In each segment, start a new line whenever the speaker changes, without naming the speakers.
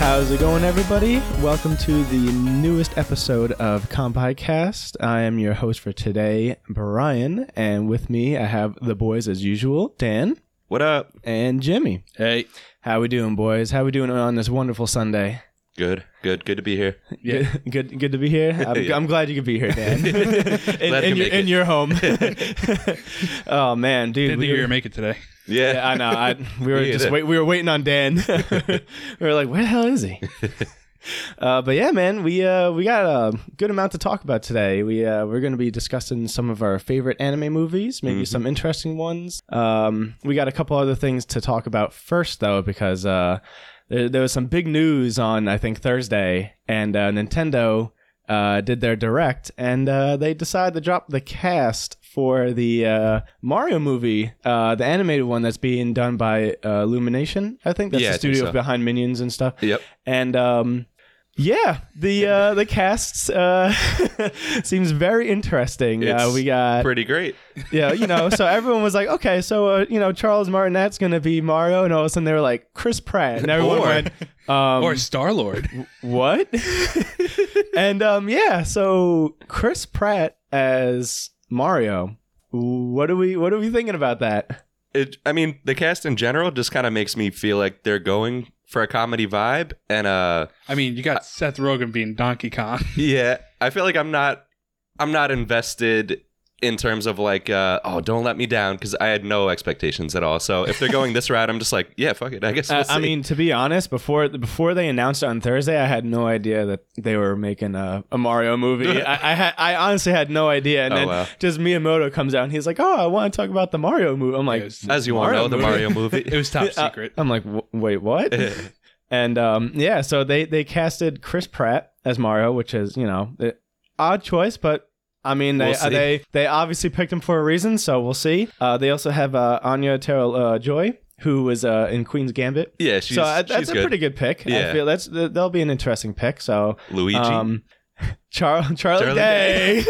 How's it going, everybody? Welcome to the newest episode of CompiCast. I am your host for today, Brian, and with me I have the boys as usual, Dan
What up?
and Jimmy.
Hey,
How we doing, boys? How we doing on this wonderful Sunday?
Good, good, good to be here.
Yeah. Good, good to be here. I'm,
Yeah.
I'm glad you could be here, Dan. in,
I
in
could
your,
make
in
it.
your home. oh man, dude,
didn't think
we
you were
were-
gonna make it today.
Yeah,
Yeah, I know. I, we were
Yeah,
just
that-
wait, we were waiting on Dan. we were like, where the hell is he? Uh, but yeah, man, we uh, we got a good amount to talk about today. We uh, we're going to be discussing some of our favorite anime movies,
Mm-hmm.
maybe some interesting ones. Um, we got a couple other things to talk about first, though, because uh, there, there was some big news on I think Thursday, and uh, Nintendo uh, did their direct, and uh, they decided to drop the cast for the uh, Mario movie, uh, the animated one that's being done by uh, Illumination. I think that's
Yeah, I
the
think
studio
so.
behind Minions and stuff.
Yep.
And um, yeah, the uh, the casts uh, seems very interesting. Uh,
It's
we got
pretty great.
yeah, you know, so everyone was like, okay, so uh, you know Charles Martinet's gonna be Mario, and all of a sudden they were like Chris Pratt, and everyone
Or-
went, um,
or Star Lord.
what? and um, yeah, so Chris Pratt as Mario. What are we What are we thinking about that?
It, I mean, the cast in general just kind of makes me feel like they're going for a comedy vibe, and uh,
I mean, you got Seth Rogen being Donkey Kong.
yeah, I feel like I'm not, I'm not invested in terms of like, uh, oh, don't let me down because I had no expectations at all. So if they're going this route, I'm just like, yeah, fuck it. I guess.
Uh,
we'll
I
see.
mean, to be honest, before before they announced it on Thursday, I had no idea that they were making a, a Mario movie. I I, had, I honestly had no idea, and
Oh,
then
wow.
just Miyamoto comes out and he's like, "Oh, I want to talk about the Mario movie." I'm like,
it, was,
as you want to
Mario
know, the
movie.
Mario
it
movie.
was top secret.
I'm like, "Wh- wait, what? and um, yeah, so they they casted Chris Pratt as Mario, which is you know the odd choice, but. I mean, they
We'll see.
they they obviously picked him for a reason, so we'll see. Uh, they also have uh, Anya Terrell uh, Joy, who was uh, in Queen's Gambit.
yeah, she's,
so uh,
she's
that's a
good.
pretty good pick. I
Yeah.
feel that's th- that'll be an interesting pick. So
Luigi.
um, Char- Charlie,
Charlie
Day.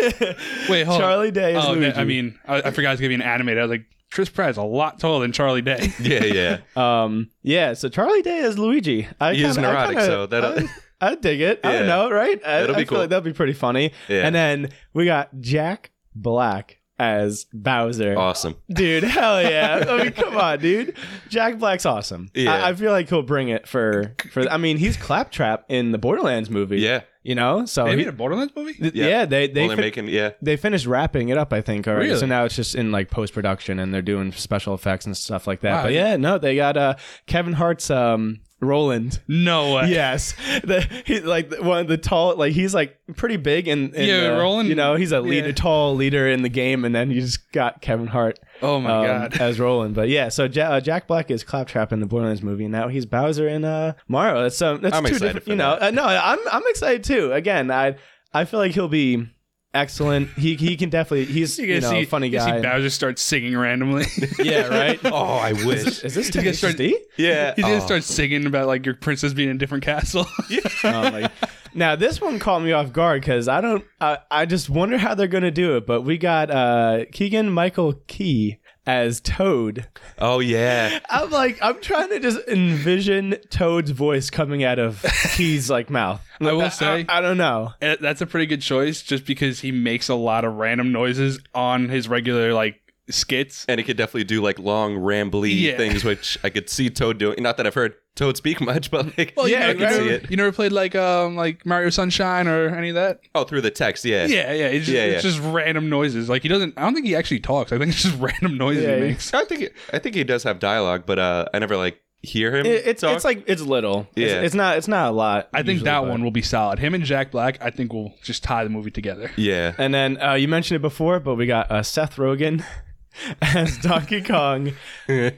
Wait, hold on.
Charlie Day is
Oh,
Luigi.
no, I mean, I, I forgot it was gonna be an animated. I was like, Chris Pratt's a lot taller than Charlie Day.
yeah, yeah.
Um, yeah, so Charlie Day is Luigi. I
He is
kinda- I
neurotic,
kinda-
so that'll-
I, I dig it. I don't
Yeah.
know, right? I,
That'll
I
be
feel
cool.
Like that'd be pretty funny.
Yeah.
And then we got Jack Black as Bowser.
Awesome.
Dude, hell yeah! I mean, come on, dude. Jack Black's awesome.
Yeah.
I, I feel like he'll bring it for for. I mean, he's Claptrap in the Borderlands movie.
Yeah.
you know. So
Maybe
Oh, he-
in a Borderlands movie.
th- yeah. they they
Well, they're
fin-
making yeah.
they finished wrapping it up, I think, already.
Really?
So now it's just in like post production, and they're doing special effects and stuff like that.
Wow.
But yeah, no, they got uh, Kevin Hart's um, Roland.
No way.
Yes, the, he, like the- one of the tall, like he's like pretty big and, and,
Yeah,
uh,
Roland-
You know, he's a leader,
yeah.
tall leader in the game, and then you just got Kevin Hart
Oh my
um,
god.
as Roland. But yeah, so ja- uh, Jack Black is Claptrap in the Borderlands movie, and now he's Bowser in uh, Mario. That's um, that's
I'm
two
excited
different,
for
you know. Uh, no, I'm I'm excited too. Again, I I feel like he'll be excellent. He he can definitely he's you, know a funny
you see
guy.
Bowser start singing randomly.
yeah, right.
Oh, I wish.
Is this
gonna start-
THD?
yeah.
He just
Oh.
starts singing about like your princess being in a different castle.
Oh, my- Now this one caught me off guard because I don't. I, I just wonder how they're gonna do it. But we got uh, Keegan Michael Key as Toad.
Oh yeah.
I'm like, I'm trying to just envision Toad's voice coming out of Key's like mouth.
I will
I-
say-
I, I don't know.
Uh, that's a pretty good choice just because he makes a lot of random noises on his regular like skits.
And it could definitely do like long rambly
Yeah.
things, which I could see Toad doing. Not that I've heard Toad speak much, but like
Well,
Yeah,
yeah, you,
I
never,
can
see
you,
it.
never, played like um like Mario Sunshine or any of that.
oh through the text, yeah.
Yeah, yeah, it's just,
Yeah,
it's
yeah.
just random noises. Like he doesn't. I don't think he actually talks. I think it's just random noises
Yeah,
he
he-
makes.
I think I think he does have dialogue, but uh, I never like hear him.
It, it's
talk.
it's like it's little. It's,
Yeah.
it's not it's not a lot.
Hmm. I think
usually,
that
but-
one will be solid. Him and Jack Black, I think, will just tie the movie together.
yeah.
And then uh, you mentioned it before, but we got uh, Seth Rogen as Donkey Kong.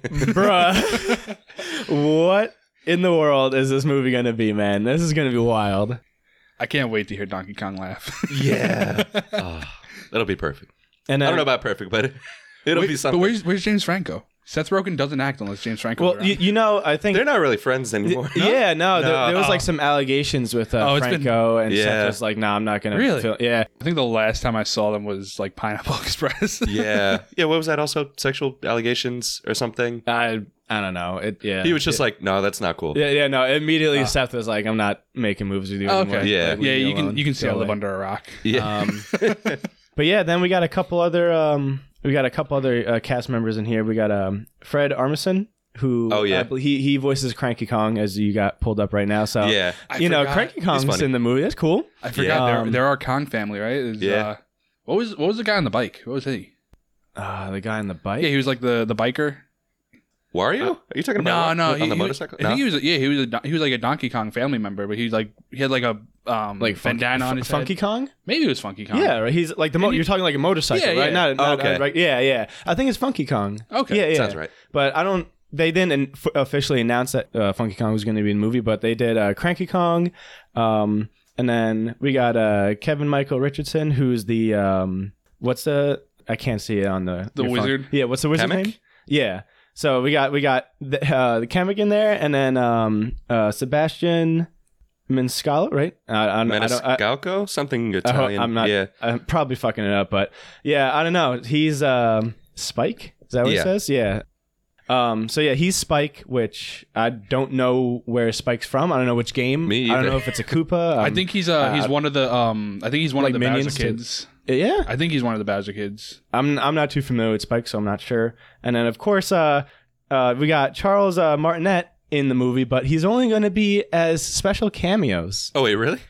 Bruh, what in the world is this movie gonna be, man? This is gonna be wild.
I can't wait to hear Donkey Kong laugh.
yeah. Oh, that'll be perfect.
And then,
I don't know about perfect, but it'll be
but
something.
where's where's James Franco? Seth Rogen doesn't act unless James Franco.
well, you, you know, I think
They're not really friends anymore.
Yeah, no, There,
No.
there was
Oh.
like some allegations with uh,
Oh, it's been-
Franco and
Yeah.
Seth was like, "Nah, I'm not gonna."
Really?
fil- yeah,
I think the last time I saw them was like Pineapple Express.
yeah. Yeah. What was that? Also, sexual allegations or something?
I I don't know. It yeah.
He was just like, no, that's not cool.
yeah yeah no. Immediately Seth was like, I'm not making moves with you anymore.
Ah. Oh, Okay.
Yeah.
Like, leave
yeah,
me
you can
alone.
you can see
Go
I live
away.
under a rock.
Yeah.
Um, but yeah, then we got a couple other um, we got a couple other uh, cast members in here. We got um, Fred Armisen, who
Oh, yeah.
I bel- he he voices Cranky Kong as you got pulled up right now. So
yeah.
I
you know
forgot.
Cranky Kong's
funny.
in the movie. That's cool.
I forgot
Yeah.
there there are Kong family, right? It was,
um, Yeah.
Uh, what was what was the guy on the bike? What was he?
Uh, the guy on the bike.
Yeah, he was like the the biker.
Wario?
Uh,
Are you talking
No,
about
no,
on
he-
the
he-
motorcycle?
I think he was yeah he was a, don- he was like a Donkey Kong family member, but he like he had like a um
like funky,
bandana on his head.
Funky Kong.
Maybe it was Funky Kong.
Yeah, right. He's like the mo-
And he-
you're talking like a motorcycle,
Yeah,
right?
yeah.
Not, not
Okay.
uh, right- Yeah, yeah. I think it's Funky Kong.
Okay.
Yeah, yeah.
Sounds right.
But I don't. They didn't in- f- officially announce that uh, Funky Kong was going to be in the movie, but they did uh, Cranky Kong, um, and then we got uh, Kevin Michael Richardson, who's the um, what's the I can't see it on the
The
your
wizard?
Yeah, what's the wizard
Kamek?
name? Yeah. So we got we got the, uh, the Kamek in there, and then um, uh, Sebastian Maniscalco, right? I, I, don't- I don't, I,
Meniscalco? Something
I hope-
Italian.
I'm not.
Yeah.
I'm probably fucking it up, but yeah, I don't know. He's um, Spike. Is that what
Yeah.
it says? Yeah. Um. So yeah, he's Spike, which I don't know where Spike's from. I don't know which game.
Me
I don't
either.
know if it's a Koopa.
I
um,
think he's uh he's
uh,
one of the um I think he's one
like
of the Bowser
minions to-
kids.
Yeah.
I think he's one of the Bowser kids.
I'm I'm not too familiar with Spike, so I'm not sure. And then of course, uh, uh, we got Charles uh, Martinet in the movie, but he's only going to be as special cameos.
Oh wait, really?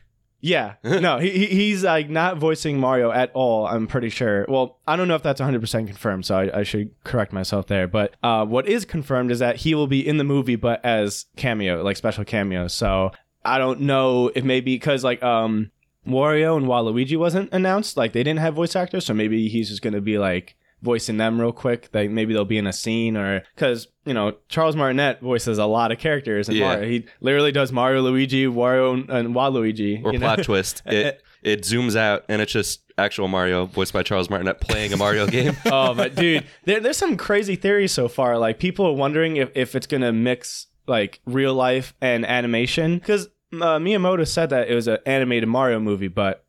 Yeah. No, he, he- he's like not voicing Mario at all, I'm pretty sure. Well, I don't know if that's 100% confirmed, so I, I should correct myself there. But uh, what is confirmed is that he will be in the movie, but as cameo, like special cameo. So I don't know if maybe because like um Wario and Waluigi wasn't announced, like they didn't have voice actors, so maybe he's just going to be like voicing them real quick. Like maybe they'll be in a scene or because you know Charles Martinet voices a lot of characters in
Yeah.
Mario. He literally does Mario, Luigi, Wario, and- and Waluigi.
Or
you know?
plot twist. It it zooms out and it's just actual Mario voiced by Charles Martinet playing a Mario game.
oh, but dude, there, there's some crazy theories so far. Like people are wondering if, if it's gonna mix like real life and animation because uh, Miyamoto said that it was an animated Mario movie, but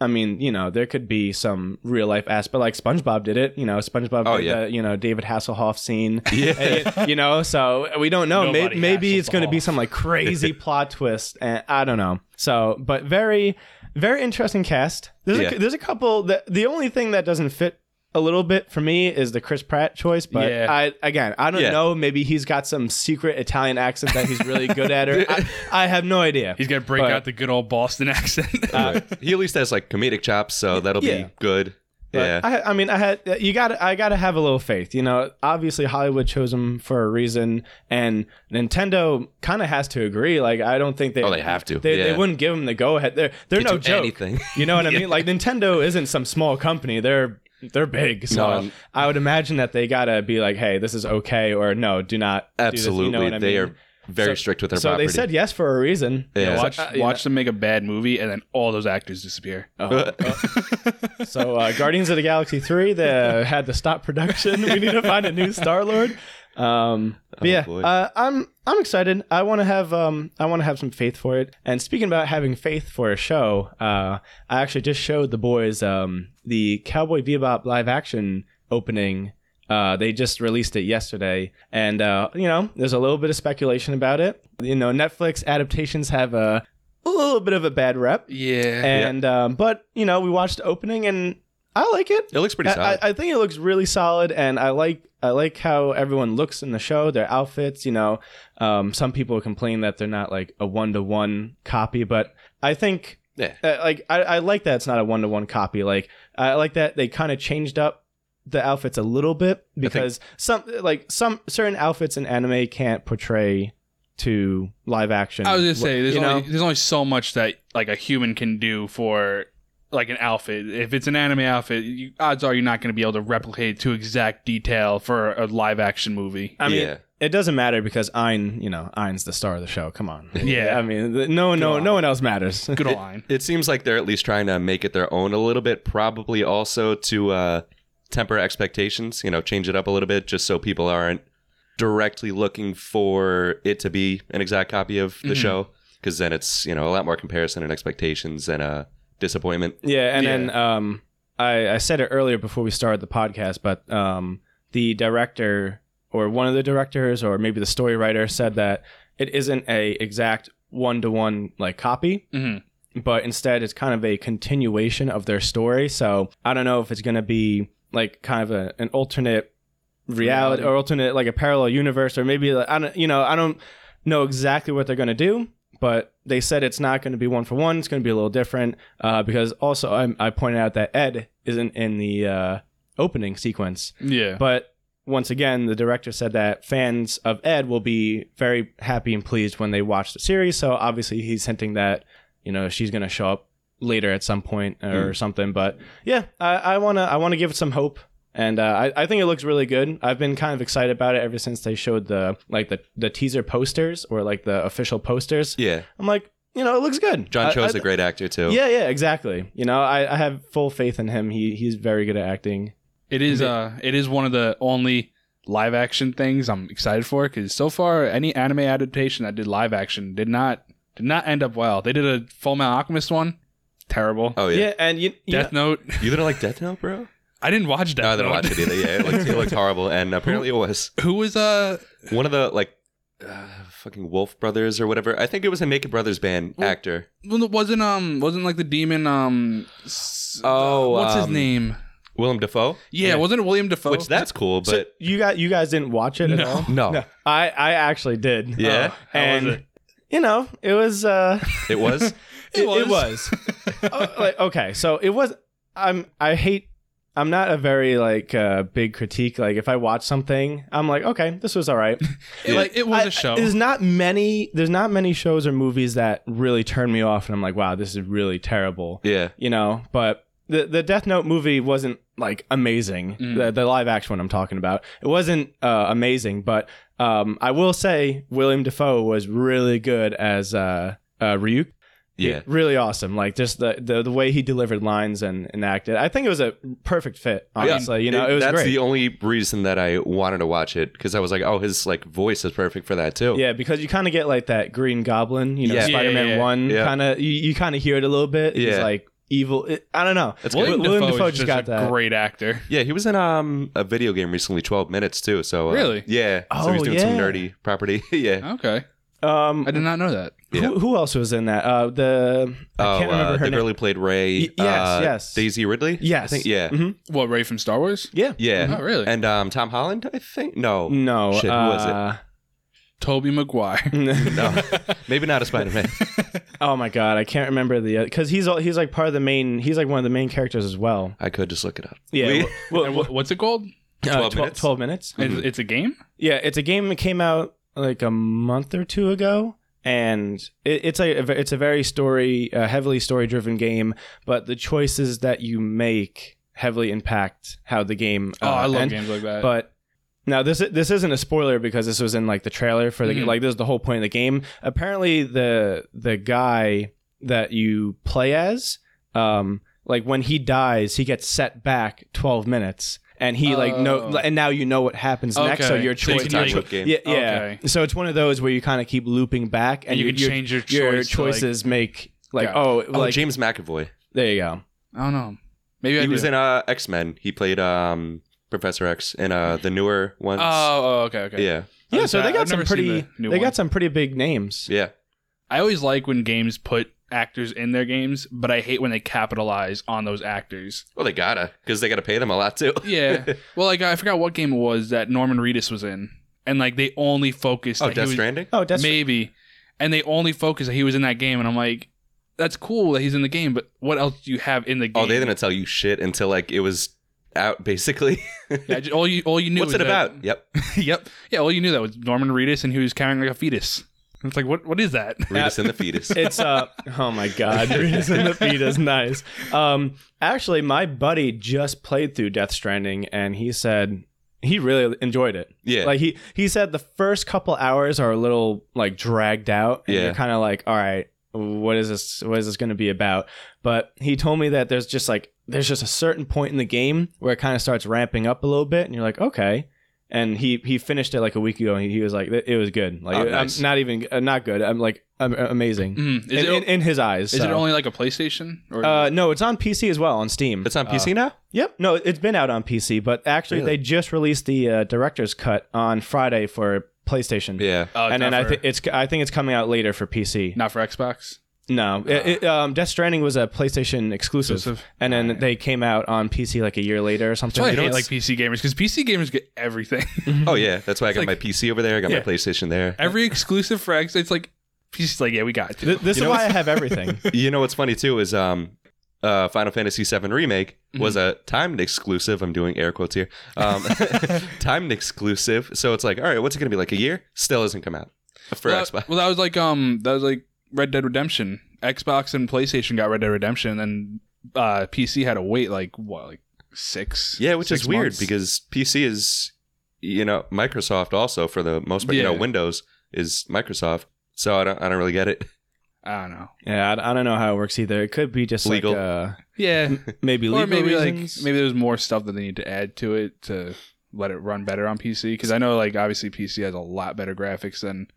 I mean, you know, there could be some real life aspect. Like SpongeBob did it, you know, SpongeBob
Oh,
did
yeah.
the you know David Hasselhoff scene.
yeah.
And, you know, so we don't know. Maybe,
Nobody
maybe
hassles
it's going to
the
be
hall.
some like crazy plot twist, and I don't know. So, but very, very interesting cast. There's
Yeah.
a, there's a couple that the only thing that doesn't fit a little bit for me is the Chris Pratt choice. But
Yeah.
I again, I don't
Yeah.
know. Maybe he's got some secret Italian accent that he's really good at, or I, I have no idea.
He's gonna break
But-
out the good old Boston accent.
he at least has like comedic chops, so that'll
uh, Yeah.
be good.
But
yeah.
I, I mean, I had you got I got to have a little faith. You know, obviously Hollywood chose him for a reason, and Nintendo kind of has to agree. Like, I don't think they
Oh, they have to.
They, they
Yeah.
wouldn't give him the go ahead. They're they're
They
no
do
joke.
anything.
You know what I mean? Like Nintendo isn't some small company. They're they're big. So
No.
I would imagine that they gotta be like, hey, this is okay, or no, do not. do this," you know
Absolutely.
what I
They
mean?
are very strict with their
So
property.
they said yes for a reason.
Yeah.
So,
watch
uh, you
watch them make a bad movie and then all those actors disappear.
uh, So uh, Guardians of the Galaxy three the, had to stop production. We need to find a new Star Lord. Um, but yeah,
boy.
uh, I'm I'm excited. I want to have um, I want to have some faith for it. And speaking about having faith for a show, uh, I actually just showed the boys um, the Cowboy Bebop live action opening. Uh, they just released it yesterday, and uh, you know, there's a little bit of speculation about it. You know, Netflix adaptations have a little bit of a bad rep.
Yeah.
And um, but you know, we watched the opening and I like it.
it looks pretty
I,
solid.
I- I think it looks really solid, and I like I like how everyone looks in the show, their outfits. You know, um, some people complain that they're not like a one to one copy, but I think
yeah.
uh, like I, I like that it's not a one to one copy. Like I like that they kind of changed up the outfits a little bit because some like some certain outfits in anime can't portray to live action.
I was gonna say there's
you
only
know?
there's only so much that like a human can do for like an outfit. If it's an anime outfit, you, odds are you're not gonna be able to replicate to exact detail for a live action movie.
I mean,
Yeah.
it doesn't matter because Ein, you know, Ein's the star of the show. Come on.
Yeah.
I mean, th- no, no,
on.
no one else matters.
Good line.
It seems like they're at least trying to make it their own a little bit, probably also to uh, temper expectations, you know, change it up a little bit just so people aren't directly looking for it to be an exact copy of the show.
Mhm.
'Cause show because then it's, you know, a lot more comparison and expectations and uh, disappointment.
Yeah, and then um, I, I said it earlier before we started the podcast, but um, the director or one of the directors or maybe the story writer said that it isn't a exact one to one like copy
Mhm.
but instead it's kind of a continuation of their story. So I don't know if it's going to be like kind of a, an alternate reality
Reality.
or alternate like a parallel universe or maybe like, I don't you know I don't know exactly what they're going to do, but they said it's not going to be one for one. It's going to be a little different uh, because also I, I pointed out that Ed isn't in the uh, opening sequence,
Yeah.
but. Once again, the director said that fans of Ed will be very happy and pleased when they watch the series. So obviously, he's hinting that you know she's gonna show up later at some point
Mm.
or something but yeah I, I wanna i wanna give it some hope and uh, I, I think it looks really good i've been kind of excited about it ever since they showed the like the, the teaser posters or like the official posters
Yeah.
i'm like you know it looks good
John Cho's
I,
a great actor too.
I, yeah yeah exactly you know I, I have full faith in him he he's very good at acting
It is uh it is one of the only live action things I'm excited for cuz so far any anime adaptation that did live action did not did not end up well. They did a Full Metal Alchemist one, terrible.
Oh
yeah.
yeah.
and you, you
Death Note,
You didn't like Death Note, bro?
I didn't watch Death
No, I
Note.
didn't watch it either. Yeah, it looked, it looked horrible, and apparently it was
Who was uh
one of the like uh, fucking Wolf Brothers or whatever. I think it was a Naked Brothers band
Well-
actor.
well, it wasn't um wasn't like the demon um s- uh,
Oh,
what's his
um,
name?
Willem Dafoe,
Yeah,
yeah.
wasn't it William Defoe?
which that's cool,
so
but
you got you guys didn't watch it at all
no,
i i actually did
Yeah?
Uh,
How was
and
it?
you know it was uh
it was.
It, it
was.
was. Oh, like, okay, so it was. I'm. I hate. I'm not a very like uh, big critique. Like if I watch something, I'm like, okay, this was all right.
It-
Like
it was
a
a show.
there's not many. There's not many shows or movies that really turn me off, and I'm like, wow, this is really terrible.
Yeah,
You know, but. The, the Death Note movie wasn't like amazing.
Mm.
The, the live action one I'm talking about. It wasn't uh, amazing, but um, I will say William Defoe was really good as uh, uh, Ryuk
yeah.
really awesome. Like just the, the the way he delivered lines and, and acted. I think it was a perfect fit.
mean,
Honestly, you know, it, was
that's
great.
the only reason that I wanted to watch it because I was like, oh, his like voice is perfect for that too.
yeah, because you kind of get like that Green Goblin, you know,
Yeah.
Spider-Man
Yeah, yeah, yeah.
One
Yeah.
kind of. You, you kind of hear it a little bit. He's
Yeah.
like evil. It, I don't know.
That's
William,
good.
William
Defoe,
Dafoe
is
just
just
got
a
that.
great actor.
Yeah, he was in um a video game recently, Twelve Minutes too. So uh,
Really?
yeah. so
Oh,
he's doing some
yeah.
nerdy property. yeah.
Okay.
Um,
I did not know that.
who,
Yeah.
who else was in that? Uh, the I
oh,
can't
uh,
remember her
the
name.
girl who played Ray.
Y- yes,
uh,
yes.
Daisy Ridley.
yes,
I think. Yeah.
Mhm.
What, Ray from Star Wars?
yeah.
Yeah.
Oh, really?
And um, Tom Holland, I think. No,
No,
Shit, who was it?
uh,
Toby Maguire.
no, maybe not a Spider Man.
oh my god, I can't remember the because he's all, he's like part of the main. He's like one of the main characters as well.
I could just look it up.
Yeah,
We-
well,
And wh- what's it called?
uh,
12
12
minutes?
Twelve minutes.
It's, it's a game?
Yeah, it's a game that came out like a month or two ago, and it, it's a it's a very story uh, heavily story driven game, but the choices that you make heavily impact how the game.
Oh,
uh,
I love
ends.
games like that.
But now this this isn't a spoiler because this was in like the trailer for the
Mhm.
like this is the whole point of the game. Apparently the the guy that you play as, um, like when he dies, he gets set back twelve minutes. And he like no,
Oh.
and now you know what happens next. So
Okay.
your
So you
choice,
can
your
like-
cho-
Loop game.
yeah, yeah.
Okay.
So it's one of those where you kind of keep looping back, and,
and you,
your-
can change your,
your,
choice to, like-
choices make like
Yeah.
oh,
Oh,
like
James McAvoy.
there you go.
I don't know. Maybe I
He
do.
was in uh, X Men. He played um, Professor X in uh, the newer ones.
Oh, oh, okay, okay.
Yeah,
Yeah,
I've
so they
never
got some
seen
pretty,
the new
they
one.
got some pretty big names.
yeah.
I always like when games put actors in their games, but I hate when they capitalize on those actors.
Well, they gotta because they gotta pay them a lot too.
Yeah. well, like I forgot what game it was that Norman Reedus was in, and like they only focused.
Oh,
that he
Death
was-
Stranding.
Oh, that's
maybe, and they only focused that he was in that game, and I'm like, that's cool that he's in the game, but what else do you have in the game?
Oh, they didn't tell you shit until like it was out. Basically,
Yeah, ju- all you all you knew.
what's
was
it
that-
about? Yep,
yep. Yeah, all you knew that was Norman Reedus, and he was carrying like a fetus. And it's like, what what is that?
read us in the fetus.
it's uh oh my god Readers in the feet is nice um actually my buddy just played through death stranding and he said he really enjoyed it
Yeah,
like he he said the first couple hours are a little like dragged out and
Yeah.
you're kind of like all right what is this what is this going to be about but he told me that there's just like there's just a certain point in the game where it kind of starts ramping up a little bit and you're like okay and he he finished it like a week ago, and he, he was like, "It it was good. Like,
Oh,
I'm
nice. Mm-hmm.
not even uh, not good. I'm like, I'm uh, amazing."
Mm, is
in,
it,
in, in his eyes.
is it
so.
only like a PlayStation? Or
Uh, no, it's on PC as well on Steam. Uh,
It's on PC now.
Yep. No, it's been out on PC, but actually
Really?
they just released the uh, director's cut on Friday for PlayStation.
Yeah.
Oh, it's
and then
not
I
for-
think it's I think it's coming out later for PC.
not for Xbox.
No, it, it, um, Death Stranding was a PlayStation exclusive,
Exclusive.
and then they came out on PC like a year later or something.
I hate like PC gamers because PC gamers get everything.
Oh yeah, that's why I got
like-
my PC over there. I got
Yeah.
my PlayStation there.
Every exclusive for Xbox, it's like PC's like yeah, we got it.
Th- this is
You know
why I have everything.
you know what's funny too is um, uh, Final Fantasy VII remake
Mm-hmm.
was a timed exclusive. I'm doing air quotes here. Um, timed exclusive. So it's like, all right, what's it gonna be like a year? Still hasn't come out for
well,
Xbox.
Well, that was like um, that was like Red Dead Redemption. Xbox and PlayStation got Red Dead Redemption, and uh, PC had to wait like what, like six?
Yeah, which
six
is weird
months?
because PC is, you know, Microsoft also for the most part. You know,
Yeah.
Windows is Microsoft. So I don't, I don't really get it.
I don't know.
yeah, I, I don't know how it works either. It could be just
Legal.
like uh,
Yeah,
maybe legal
or maybe
reasons.
like maybe there's more stuff that they need to add to it to let it run better on PC. Because I know like obviously PC has a lot better graphics than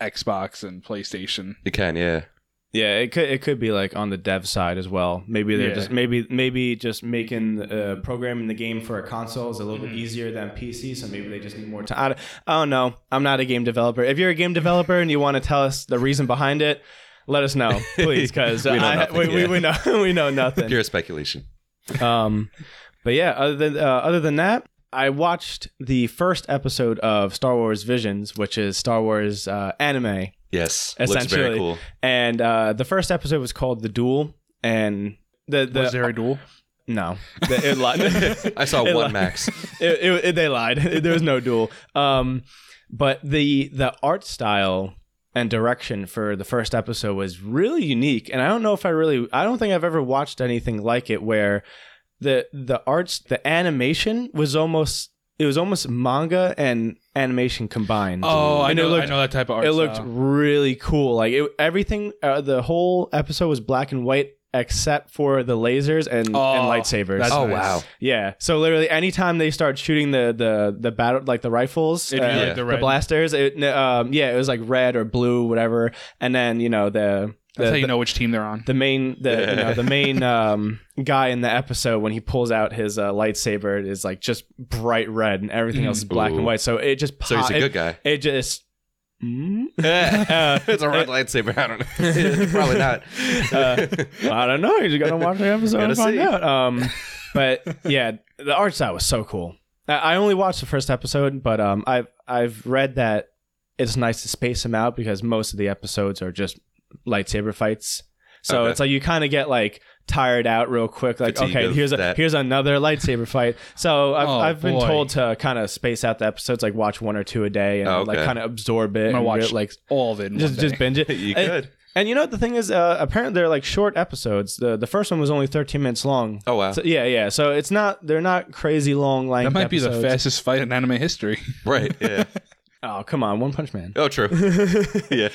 Xbox and PlayStation.
You can, yeah.
yeah, it could it could be like on the dev side as well. Maybe they're
Yeah.
just maybe maybe just making uh, programming the game for a console is a little bit
Mm-hmm.
easier than PC, so maybe they just need more time. I don't, I don't know. I'm not a game developer. If you're a game developer and you want to tell us the reason behind it, let us know, please, because
We know
I-
nothing,
we, we,
yeah.
we know we know nothing.
Pure speculation.
um, but yeah, other than uh, other than that, I watched the first episode of Star Wars Visions, which is Star Wars uh, anime,
Yes, looks very
Essentially.
cool.
and uh, the first episode was called The Duel, and the the
was there a duel?
no, The- it li-
I saw
It
one
li-
max.
it, it, it- they lied. there was no duel. Um, but the the art style and direction for the first episode was really unique, and I don't know if I really, I don't think I've ever watched anything like it where the the arts, the animation was almost. It was almost manga and animation combined.
Oh, I
And it
know.
looked-
I know that type of art.
it looked
style.
really cool. Like it, everything, uh, the whole episode was black and white except for the lasers and, and
Oh,
lightsabers.
that's
Oh,
nice.
wow.
Yeah. So literally, anytime they start shooting the the the battle like the rifles,
It'd be
uh,
like
yeah.
the
the,
red.
blasters, it, n- um, yeah, it was like red or blue, whatever. And then you know the
That's how
the,
you know which team they're on.
the main the you know, the main um, guy in the episode when he pulls out his uh, lightsaber is like just bright red, and everything else is black
Ooh.
and white. So it just
So he's
pop-
a good guy.
It, it just. Mm?
Yeah.
Uh,
it's a red lightsaber. I don't know. Probably not.
Uh, I don't know. You just gotta watch the episode
Gotta
and find
see.
out. Um, but yeah, the art style was so cool. I- I only watched the first episode, but um, I've I've read that it's nice to space them out because most of the episodes are just lightsaber fights. So
Okay.
it's like you kind of get like tired out real quick. Like
Fatigue
okay,
of
here's a
that.
here's another lightsaber fight. So I've,
Oh,
I've been
boy.
told to kind of space out the episodes, like watch one or two a day, and
Oh, okay.
like kind of absorb it.
I'm gonna
and
watch
re- like
all of it. In
just
one
just
day.
binge it.
you
And-
could.
and you know what the thing is? Uh, apparently they're like short episodes. The the first one was only 13 minutes long.
Oh wow.
So, yeah, yeah. So it's not they're not crazy long length.
that might be the
episodes.
fastest fight in anime history.
Right. Yeah.
Oh come on, One Punch Man.
Oh, true. yeah.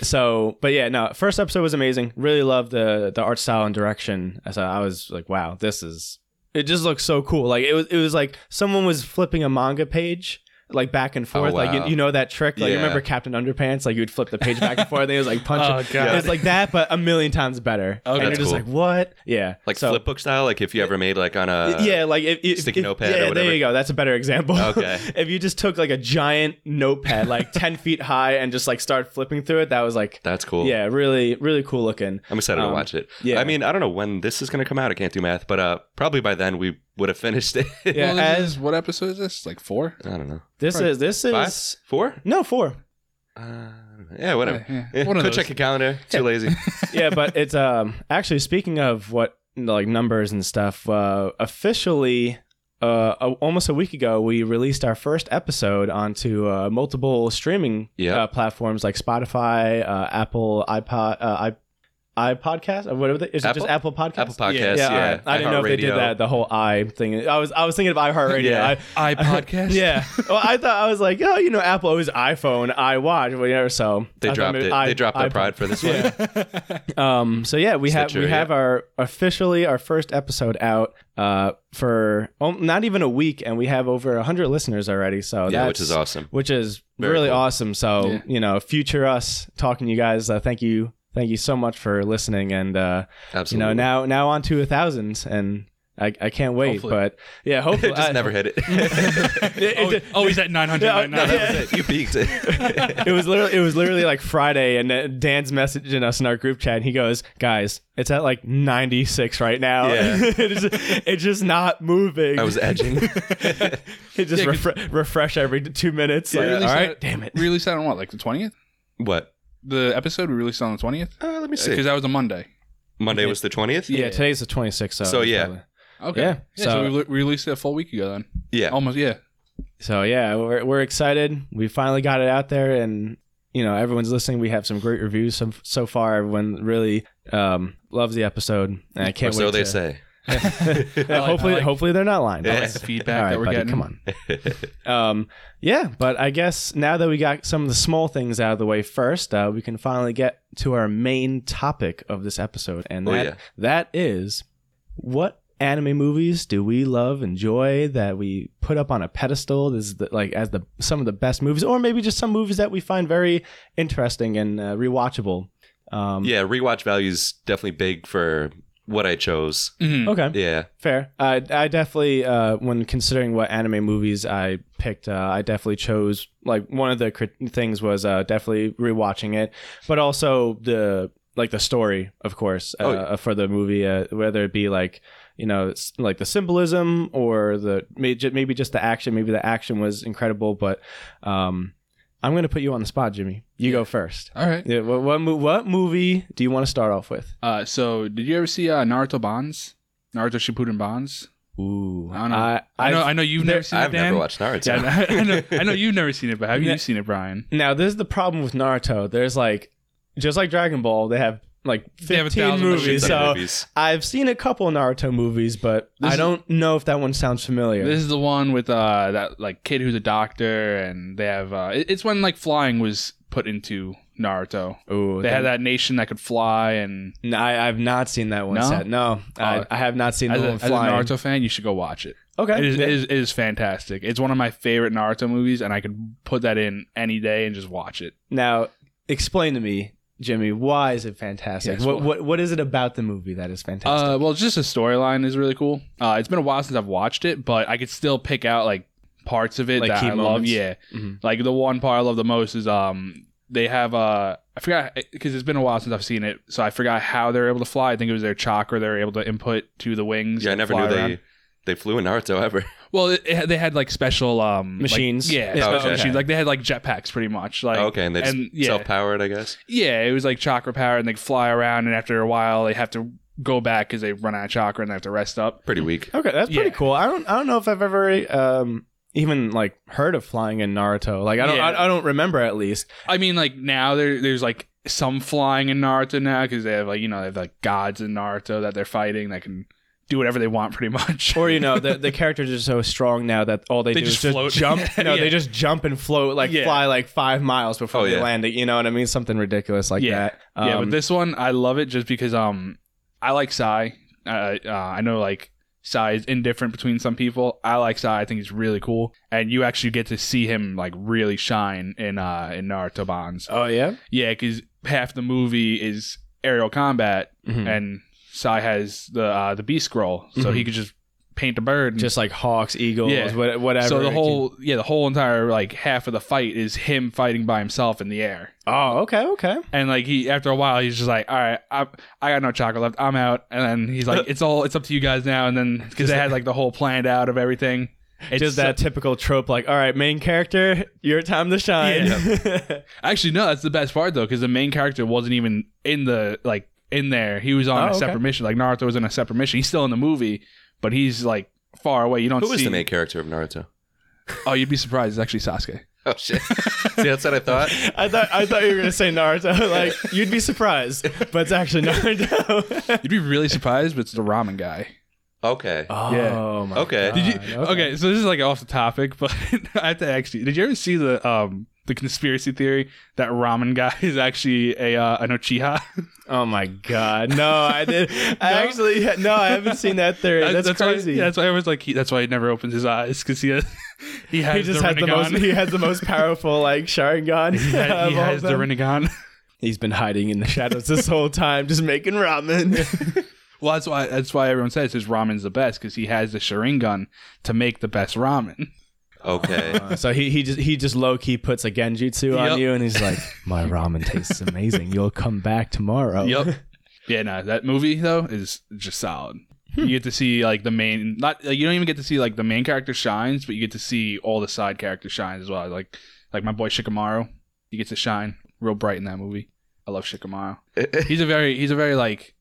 So, but yeah, no. First episode was amazing. Really loved the the art style and direction. So I was like, wow, this is. It just looks so cool. Like it was it was like someone was flipping a manga page. Like back and forth, like
Oh, wow.
you, you know that trick. Like
Yeah.
you remember Captain Underpants? Like you'd flip the page back and forth, and it was like punching.
Oh, God.
It's like that, but a million times better.
Okay.
and you're
Oh, That's
just
cool.
like, what? Yeah,
Like
So-
flip book style. Like if you ever made like on a
yeah, like if, if
uh, sticky
if-
notepad or
Yeah,
whatever.
there you go. That's a better example.
Okay.
if you just took like a giant notepad, like ten feet high, and just like start flipping through it, that was like,
That's cool.
yeah, really, really cool looking.
I'm excited to
Um,
watch it.
yeah.
I mean, I don't know when this is going to come out. I can't do math, but uh, probably by then we would have finished it.
Yeah,
Well, this
as-
is- what episode is this? Like four?
I don't know.
This
Right.
is this is
Five? Four?
no four.
Uh, yeah, whatever.
Yeah, yeah.
Yeah,
One of
Could
those.
check a calendar. Too lazy.
Yeah, but it's um actually speaking of what like numbers and stuff. Uh, officially. Uh, a- almost a week ago, we released our first episode onto uh, multiple streaming
Yeah.
uh, platforms like Spotify, uh, Apple, iPod, uh, iPodcast or whatever the, is it just Apple Podcast?
Apple Podcasts,
Yeah, all
yeah.
right. I didn't know if they did
iHeartRadio.
that the whole i thing. I was I was thinking of iHeartRadio.
Yeah.
I,
I podcast.
yeah. Well, I thought I was like, oh, you know, Apple always iPhone, iWatch, whatever. So I
They
thought
dropped
maybe
it.
i-
they dropped their
iPod-
pride for this one.
Um. So yeah, we have we
Stitcher, yeah.
have our officially our first episode out. Uh, for um, not even a week, and we have over hundred listeners already. So
yeah,
Oh, that's,
which is awesome.
which is
Very
really
cool.
awesome. So
Yeah.
you know, future us talking to you guys. Uh, thank you, thank you so much for listening, and uh, you
Absolutely.
know, now now on to a thousand, and I, I can't wait.
Hopefully.
But yeah, hopefully,
just
I-
never hit it.
It,
Oh,
it-
oh, he's at nine hundred right
No,
now.
no,
that was it. You peaked it.
it was literally it was literally like Friday, and uh, Dan's messaging us in our group chat. And he goes, "Guys, it's at like 96 right now.
Yeah.
it's, just, it's just not moving.
I was edging.
it just
Yeah, 'cause-
refre- refresh every two minutes.
Yeah.
Like,
Really
all
sad-
right, damn it.
We released that on what, like the twentieth?
what?
The episode we released on the twentieth
Uh, let me
because
see.
that was a Monday.
Monday was the twentieth.
Yeah, today's the 26th. So,
So, yeah.
Okay.
Yeah,
so,
so-
we re- released it a full week ago then.
Yeah.
Almost. Yeah.
So yeah, we're we're excited. We finally got it out there, and you know everyone's listening. We have some great reviews so, so far. Everyone really um, loves the episode, and I
Or
can't wait.
so they
to-
say.
Yeah,
I like-
hopefully,
I like-
hopefully they're not lying.
I
Yeah.
like the feedback
All right,
that we're
buddy,
getting.
come on. Um, yeah, but I guess now that we got some of the small things out of the way first, uh, we can finally get to our main topic of this episode, and
Oh,
that,
yeah.
that is what anime movies do we love, enjoy that we put up on a pedestal as the, like as the some of the best movies, or maybe just some movies that we find very interesting and uh, rewatchable. Um,
yeah, rewatch value's definitely big for what I chose.
Mhm.
Okay.
Yeah.
Fair. I I definitely uh, when considering what anime movies I picked, uh, I definitely chose like one of the crit- things was uh, definitely rewatching it, but also the like the story, of course, uh,
Oh, yeah.
for the movie, uh, whether it be like you know s- like the symbolism or the may- ju- maybe just the action. Maybe the action was incredible, but um, I'm gonna put you on the spot, Jimmy. You go first.
All right.
Yeah, what, what mo- what movie do you want to start off with?
Uh, so did you ever see uh, Naruto Bonds? Naruto Shippuden Bonds.
Ooh,
I don't know. I know. I know you've
there-
never seen it.
I've
Dan.
never watched Naruto.
Yeah, I know- I know. I know you've never seen it, but have
Yeah.
you seen it, Brian?
Now, this is the problem with Naruto. There's like, just like Dragon Ball, they have like
They have a
15
thousand
movies.
Shit ton of
So
movies.
I've seen a couple Naruto movies, but
This
I
is-
don't know if that one sounds familiar.
This is the one with uh that like kid who's a doctor, and they have uh it- it's when like flying was put into Naruto.
Ooh,
They had that nation that could fly, and
No, I, I've not seen that one
No?
set. No,
Oh.
I, I have not seen
as
the
a,
one
as a
flying.
Naruto fan, you should go watch it.
Okay.
It is, it, is, it is fantastic. It's one of my favorite Naruto movies, and I could put that in any day and just watch it.
now, explain to me, Jimmy, why is it fantastic?
Yes,
what,
why?
what What is it about the movie that is fantastic?
Uh, well, just the storyline is really cool. Uh, it's been a while since I've watched it, but I could still pick out like parts of it
Like
that
key
I love.
moments?
Yeah,
Mhm.
like the one part I love the most is um they have uh I forgot because it's been a while since I've seen it, so I forgot how they're able to fly. I think it was their chakra they were able to input to the wings.
Yeah, I
and
never
fly
knew
around.
they they flew in Naruto ever.
Well, it, it- they had like special um like-
Machines?
yeah,
Yeah,
special
Oh, okay.
machines. Like they had like jetpacks, pretty much. Like
okay, and they just
and- yeah.
self-powered, I guess.
yeah, it was like chakra power, and they fly around, and after a while, they have to go back because they run out of chakra and they have to rest up.
Pretty weak.
Okay, that's pretty
Yeah.
cool. I don't I don't know if I've ever um even like heard of flying in Naruto. Like I don't
Yeah.
I, I don't remember at least.
I mean, like now there, there's like some flying in Naruto now because they have like you know they have like gods in Naruto that they're fighting that can do whatever they want pretty much.
or you know the, the characters are so strong now that all they,
They
do
just
is
float.
just jump no
Yeah.
they just jump and float like
Yeah.
fly like five miles before
Oh,
they
yeah.
land it you know what i mean something ridiculous like
Yeah.
that
yeah,
Um,
but this one I love it just because um I like Sai. Uh, uh, I know like Sai is indifferent between some people. I like Sai. I think he's really cool, and you actually get to see him like really shine in uh in Naruto Bonds.
oh yeah
Yeah, because half the movie is aerial combat,
Mhm.
and Sai has the uh, the B scroll, so
Mhm.
he could just paint a bird. And
just like hawks eagles
Yeah.
what- whatever
so
it
the
can-
whole yeah the whole entire like half of the fight is him fighting by himself in the air
oh okay okay
and like he after a while he's just like all right i i got no chocolate left i'm out and then he's like it's all it's up to you guys now and then because they had like the whole planned out of everything it's
just
so-
that typical trope like all right main character your time to shine
actually no that's the best part though because the main character wasn't even in the like in there he was on
Oh,
a
okay.
separate mission like naruto was in a separate mission he's still in the movie but he's like far away you don't
Who
see
is the main character of Naruto?
oh you'd be surprised it's actually sasuke
Oh shit! See, that's what I thought.
I thought I thought you were gonna say Naruto. Like you'd be surprised, but it's actually Naruto.
You'd be really surprised, but it's the ramen guy.
Okay.
oh my.
Okay.
Did you?
God,
Okay. so this is like off the topic, but I have to ask you: Did you ever see the um the conspiracy theory that ramen guy is actually a uh, an Ochiha?
Oh my god. No, I did. I actually no, I haven't seen that theory. That's,
why-
crazy.
yeah, that's why I was like, he, that's why he never opens his eyes because he has, he has
he just
the
had the
Rinnegan.
most. He has the most powerful like Sharingan.
He had-
of
he
all
has the
them.
Rinnegan.
He's been hiding in the shadows this whole time, just making ramen.
Well, that's why that's why everyone says his ramen's the best because he has the Sharingan to make the best ramen.
Okay.
so he he just he just low key puts a genjutsu
Yep.
on you, and he's like, "My ramen tastes amazing. You'll come back tomorrow."
yeah, no, that movie though is just solid.
Hmm.
You get to see like the main, not like, you don't even get to see like the main character shines, but you get to see all the side characters shines as well. Like like my boy Shikamaru, he gets to shine real bright in that movie. I love Shikamaru. He's a very he's a very like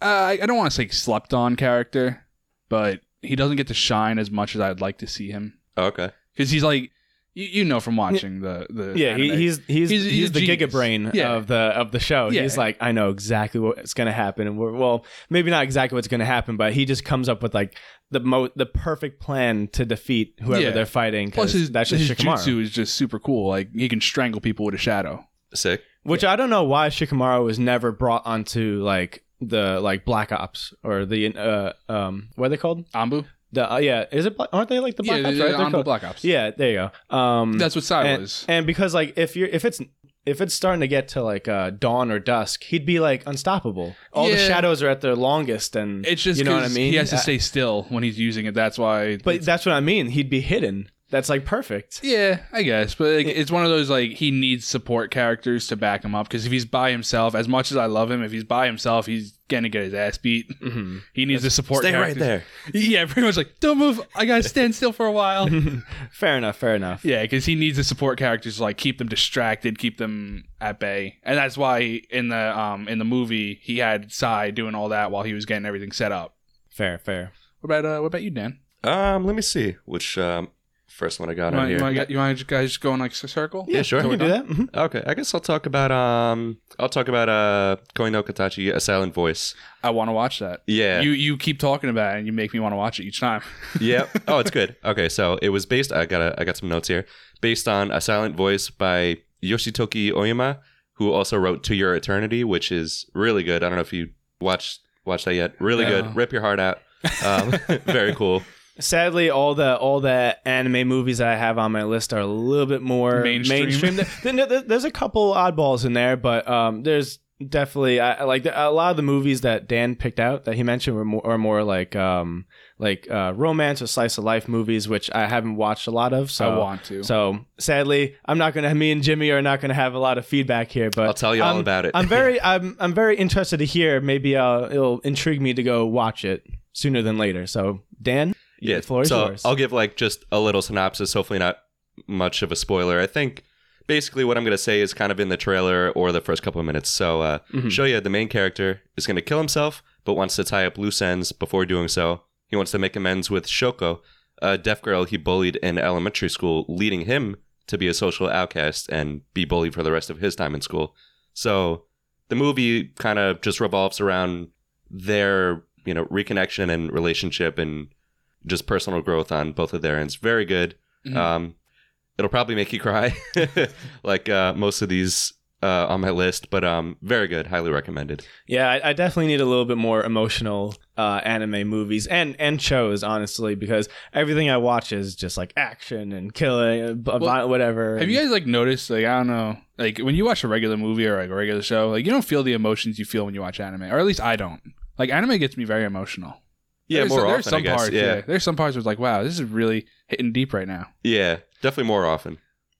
uh, I I don't want to say slept on character, but he doesn't get to shine as much as I'd like to see him.
okay.
because he's like you, you know from watching the the
Yeah, he,
anime.
he's he's
He's-
he's,
he's a
the
genius.
Giga Brain
Yeah.
of the of the show.
Yeah.
He's like, I know exactly what's going to happen, and we're, well, maybe not exactly what's going to happen, but he just comes up with like the mo the perfect plan to defeat whoever
Yeah.
they're fighting. 'cause
plus his,
that's
his
just Shikamaru,
jutsu is just super cool like he can strangle people with a shadow
Sick.
which I don't know why Shikamaru was never brought onto like the like Black Ops or the uh um what are they called?
Ambu
The uh, yeah, is it? Bla- Aren't they like the Black
yeah
Ops?
yeah,
right? They're
Anbu
called-
Black Ops
yeah, there you go. Um,
Mm. that's what Sai
and,
was
and because like if you're if it's if it's starting to get to like uh, dawn or dusk, he'd be like unstoppable. All the
Yeah.
shadows are at their longest, and
it's just
you know what I
'cause
mean.
he has to
Uh,
stay still when he's using it that's why
but that's what I mean. He'd be hidden. That's like perfect.
yeah I guess but like, it's one of those like he needs support characters to back him up because if he's by himself as much as I love him if he's by himself he's gonna get his ass beat
hmm
he needs the support
Stay right
characters.
there.
yeah pretty much like don't move I gotta stand still for a while
Mm-hmm. Fair enough. Fair enough.
Yeah, because he needs the support characters to like keep them distracted, keep them at bay, and that's why in the um in the movie he had Sai doing all that while he was getting everything set up.
Fair. Fair.
What about uh, what about you, Dan?
Um, let me see which um first one I got
You
on
want,
here.
you, want, you want guys just go in like a circle?
Yeah, sure.
Can we do that? Mhm.
Okay, I guess I'll talk about um I'll talk about uh Koino Katachi, A Silent Voice.
I want to watch that.
Yeah.
You you keep talking about it, and you make me want to watch it each time.
yep. Oh, it's good. Okay, so it was based. I got a, I got some notes here. Based on a silent voice by Yoshitoki Oyama, who also wrote To Your Eternity, which is really good. I don't know if you watched watched that yet. Really
No.
good. Rip your heart out. Um, very cool.
Sadly, all the all the anime movies that I have on my list are a little bit more
Mainstream.
mainstream. There- there- there- there's a couple oddballs in there, but um, there's definitely I, I like a lot of the movies that Dan picked out that he mentioned were more, are more like um, like uh, romance or slice of life movies, which I haven't watched a lot of. So
I want to.
so sadly, I'm not gonna. Me and Jimmy are not gonna have a lot of feedback here. But
I'll tell you all
I'm-
about it.
I'm very, I'm, I'm very interested to hear. Maybe uh, it'll intrigue me to go watch it sooner than later. So Dan,
yeah.
the floor is
so
yours.
I'll give like just a little synopsis. Hopefully not much of a spoiler. I think basically what I'm gonna say is kind of in the trailer or the first couple of minutes. So uh,
Mhm.
Shoya, the main character, is going to kill himself, but wants to tie up loose ends before doing so. He wants to make amends with Shoko, a deaf girl he bullied in elementary school, leading him to be a social outcast and be bullied for the rest of his time in school. So the movie kind of just revolves around their, you know, reconnection and relationship and just personal growth on both of their ends. Very good.
Mhm.
Um, it'll probably make you cry, like uh, most of these uh, on my list, but um, very good. Highly recommended.
Yeah, I, I definitely need a little bit more emotional uh, anime movies and and shows, honestly, because everything I watch is just like action and killing, uh, b-
Well,
whatever.
Have you guys like noticed like I don't know like when you watch a regular movie or like a regular show like you don't feel the emotions you feel when you watch anime or at least I don't like anime gets me very emotional.
Yeah,
there's,
more
there's
often,
some
I guess.
parts.
yeah.
yeah, there's some parts where it's like, wow, this is really hitting deep right now.
yeah, definitely more often.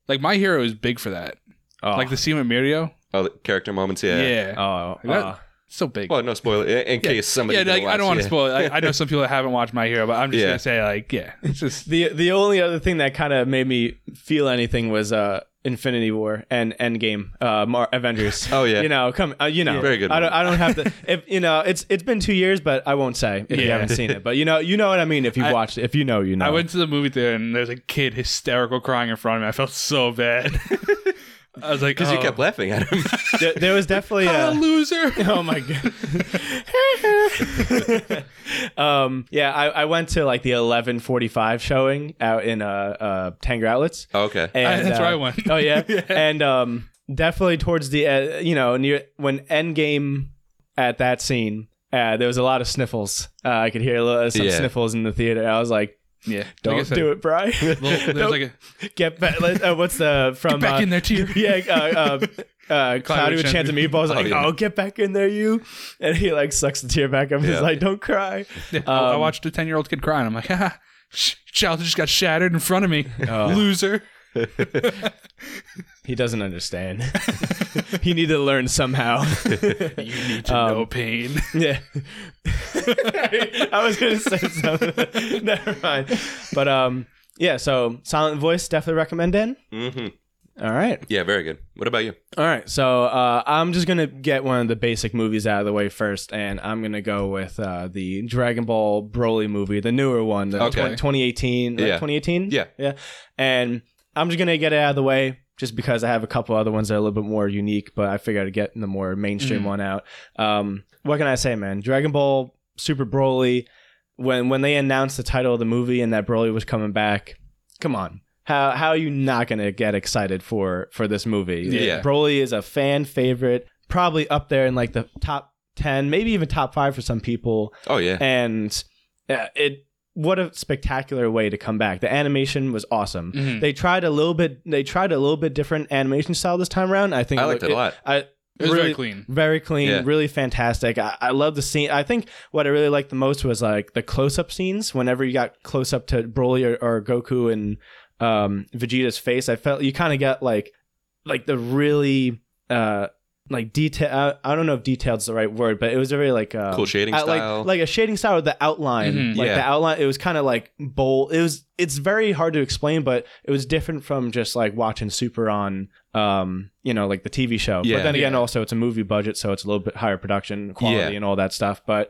Like my hero is big for that.
Oh,
Like the scene with Mirio.
Oh, the character moments.
Yeah,
Yeah.
Oh,
Like that-
oh.
so big.
Well, no spoiler. In in
Yeah.
case somebody.
yeah,
didn't
like I don't
watch,
want to
yeah.
spoil. it. I, I know some people that haven't watched my hero, but I'm just
Yeah.
gonna say like, yeah, it's just
The the only other thing that kind of made me feel anything was uh Infinity War and Endgame, uh, Mar- Avengers.
Oh, yeah.
you know, come, uh, you know,
Very good
I
one.
don't, I don't have to. If you know, it's it's been two years, but I won't say if you
Yeah.
haven't seen it. But you know, you know what I mean. If you have watched, it. if you know, you know.
I went to the movie theater and there's a kid hysterical crying in front of me. I felt so bad. I was like,
Because you
"Oh,
kept laughing at him.
There, there was definitely
I'm
a.
a loser.
Oh my god. um, yeah, I, I went to like the eleven forty five showing out in uh, uh Tanger Outlets.
Oh, okay.
And,
That's where I
uh,
went.
Oh yeah. and um, definitely towards the uh, you know near when Endgame at that scene, uh, there was a lot of sniffles. Uh, I could hear a little, some
Yeah.
sniffles in the theater. I was like,
yeah,
"Don't do it, Bry.
There's
Nope.
like a
Get back. let- uh, what's the from
back
uh,
in there, tear.
yeah, uh, uh, uh, Cloudy with Chance of Meatballs. Like, oh,
yeah.
get back in there, you! And he like sucks the tear back up. He's
Yeah.
like, don't cry.
Yeah, I I
Um,
watched a 10 year old kid crying. I'm like, haha, sh- child just got shattered in front of me. Loser.
He doesn't understand. he needed to learn somehow.
You need to know pain.
yeah, I was gonna say something. Never mind. But um, yeah. So Silent Voice definitely recommend. Then
hmm
all right.
Yeah, very good. What about you?
All right, so uh, I'm just gonna get one of the basic movies out of the way first, and I'm gonna go with uh, the Dragon Ball Broly movie, the newer one, the
Okay.
twen- 2018,
Yeah.
2018,
Yeah.
yeah. And I'm just gonna get it out of the way, just because I have a couple other ones that are a little bit more unique, but I figured I'd get the more mainstream one out. Um, what can I say, man? Dragon Ball Super Broly. When when they announced the title of the movie and that Broly was coming back, come on. How, how are you not gonna get excited for for this movie?
Yeah.
Broly is a fan favorite, probably up there in like the top ten, maybe even top five for some people.
Oh, yeah.
And uh, it what a spectacular way to come back. The animation was awesome.
Mm.
Mhm.
They tried a little bit. They tried a little bit different animation style this time around. I think
I liked it a lot.
I
It was
really,
very clean.
very clean,
Yeah.
really fantastic. I, I love the scene. I think what I really liked the most was like the close up scenes. Whenever you got close up to Broly or, or Goku and um, Vegeta's face, I felt you kind of got like like the really uh, like detail. I, I don't know if detail's the right word, but it was a very like um,
Cool shading
out-
style.
like like a shading style with the outline,
Mhm.
like
Yeah.
the outline. It was kind of like bold. It was it's very hard to explain, but it was different from just like watching Super on, um, you know, like the TV show.
Yeah.
But then again,
Yeah.
also it's a movie budget, so it's a little bit higher production quality
Yeah.
and all that stuff. But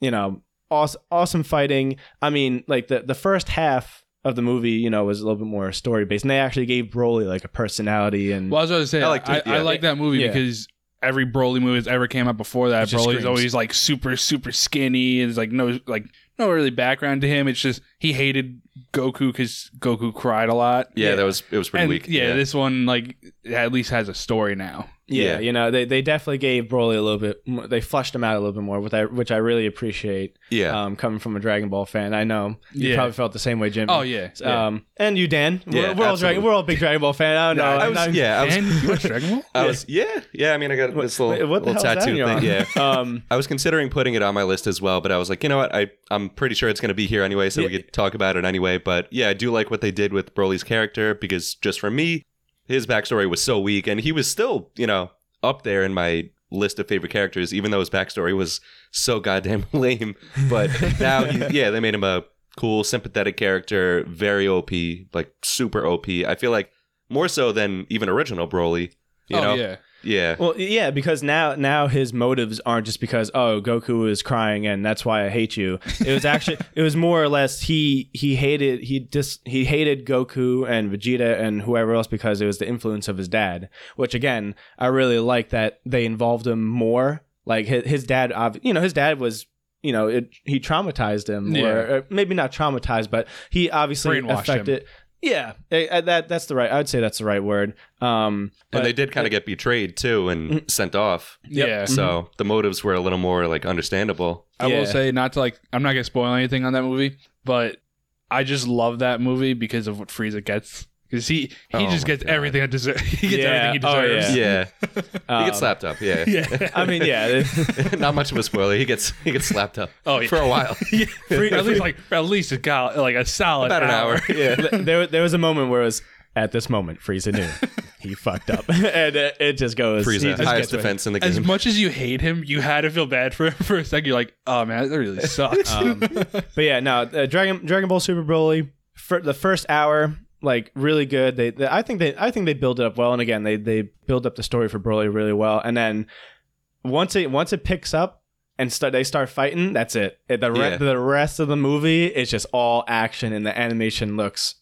you know, awesome, awesome fighting. I mean, like the the first half. Of the movie, you know, was a little bit more story based, and they actually gave Broly like a personality and
Well, I was going to say,
I
I,
liked it,
I,
yeah.
like that movie
Yeah.
because every Broly movie that's ever came out before that,
It just
Broly's
screams.
always like super, super skinny. There's like no, like, no really background to him. It's just he hated Goku because Goku cried a lot.
yeah, that was it was pretty
and
weak.
Yeah, this one like at least has a story now.
Yeah,
Yeah.
you know, they, they definitely gave Broly a little bit. mo- They flushed him out a little bit more, which I which I really appreciate.
yeah.
Um, coming from a Dragon Ball fan, I know you
Yeah.
probably felt the same way, Jimmy.
Oh yeah,
Um, and you, Dan.
Yeah,
we're, we're all
absolutely.
Dragon, we're all big Dragon Ball fan. I don't know.
I
I'm
was,
not-
yeah, I was,
and you watch Dragon Ball?
I was, yeah, yeah. I mean, I got this little,
Wait, what the
little
hell
tattoo
is
thing.
that you're
Yeah,
on? Um,
I was considering putting it on my list as well, but I was like, you know what? I I'm pretty sure it's going to be here anyway, so we
Yeah.
could talk about it anyway. But yeah, I do like what they did with Broly's character because just for me, his backstory was so weak, and he was still, you know, up there in my list of favorite characters, even though his backstory was so goddamn lame. But now, he, yeah, they made him a cool, sympathetic character, very OP, like super OP. I feel like more so than even original Broly. You
oh
know,
yeah.
yeah.
well, yeah, because now now his motives aren't just because oh Goku is crying and that's why I hate you. It was actually it was more or less he he hated he dis, he hated Goku and Vegeta and whoever else because it was the influence of his dad. Which again, I really like that they involved him more. Like his, his dad, ob- you know, his dad was. You know, it, he traumatized him,
Yeah.
or, or maybe not traumatized, but he obviously
Brainwashed him.
affected. Yeah, eh, eh, that that's the right. I'd say that's the right word. Um, but-
and they did kind of get betrayed too and sent off.
Yep.
Yeah.
So the motives were a little more like understandable.
I
Yeah.
will say not to like I'm not gonna spoil anything on that movie, but I just love that movie because of what Frieza gets. Because he he
Oh
just
my
gets
God.
everything that deserves. He gets
Yeah.
everything he
Oh,
deserves.
Yeah, he
um,
gets slapped up. Yeah,
yeah.
I mean, yeah, it-
not much of a spoiler. He gets he gets slapped up.
Oh, yeah.
for a while,
Free, at least like at least it got like a solid
about an hour. Yeah,
there, there was a moment where it was at this moment Frieza knew he fucked up, and uh, it just goes. he
Frieza,
just
highest
gets away.
defense in the
As
game.
much as you hate him, you had to feel bad for him for a second. You're like, oh man, that
Um,
really sucks.
But yeah, no, uh, Dragon Dragon Ball Super Broly for the first hour. like really good. They, they I think they I think they build it up well, and again they they build up the story for Broly really well, and then once it once it picks up and start they start fighting, that's it. It- The re-
Yeah.
the rest of the movie is just all action, and the animation looks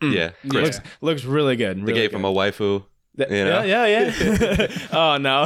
Mm.
Yeah,
Yeah.
Chris.
looks really good.
They
really
gave
good.
him a waifu.
Th-
you know?
Yeah, yeah, yeah. oh no,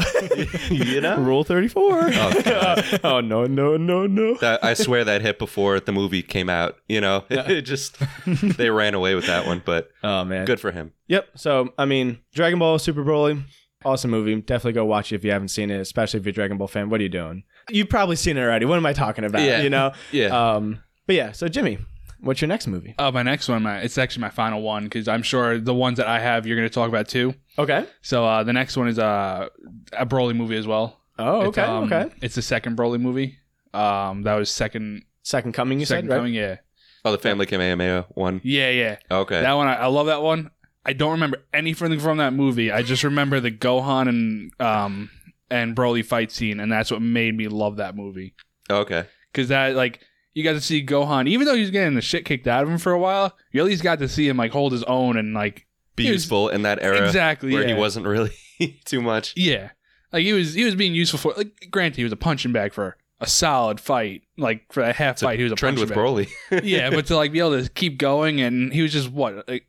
You know?
rule thirty four.
Oh,
Oh, no, no, no, no.
That, I swear that hit before the movie came out. You know,
Yeah.
it just they ran away with that one, but
Oh man,
good for him.
Yep. So I mean, Dragon Ball Super Broly, awesome movie. Definitely go watch it if you haven't seen it, especially if you're a Dragon Ball fan. What are you doing? You've probably seen it already. What am I talking about?
Yeah.
You know.
Yeah,
Um. But yeah. So Jimmy, what's your next movie?
Oh, my next one, my, it's actually my final one because I'm sure the ones that I have you're going to talk about too.
Okay.
So uh, the next one is uh, a Broly movie as well.
Oh,
It's,
okay.
um,
okay.
It's the second Broly movie. Um, that was second.
Second Coming. You
second
said right.
coming. Yeah,
oh, the Family Kamehameha one.
yeah, yeah.
Okay,
That one, I, I love that one. I don't remember anything from that movie. I just remember the Gohan and um and Broly fight scene, and that's what made me love that movie.
okay,
Cause that like you got to see Gohan, even though he's getting the shit kicked out of him for a while, you at least got to see him like hold his own and like
be
He was-
useful in that era
exactly
where
yeah.
he wasn't really too much.
Yeah, like he was he was being useful for like granted he was a punching bag for a solid fight like for a half
It's a
fight he was a
trend
punching
with
bag.
Broly.
yeah, but to like be able to keep going and he was just what like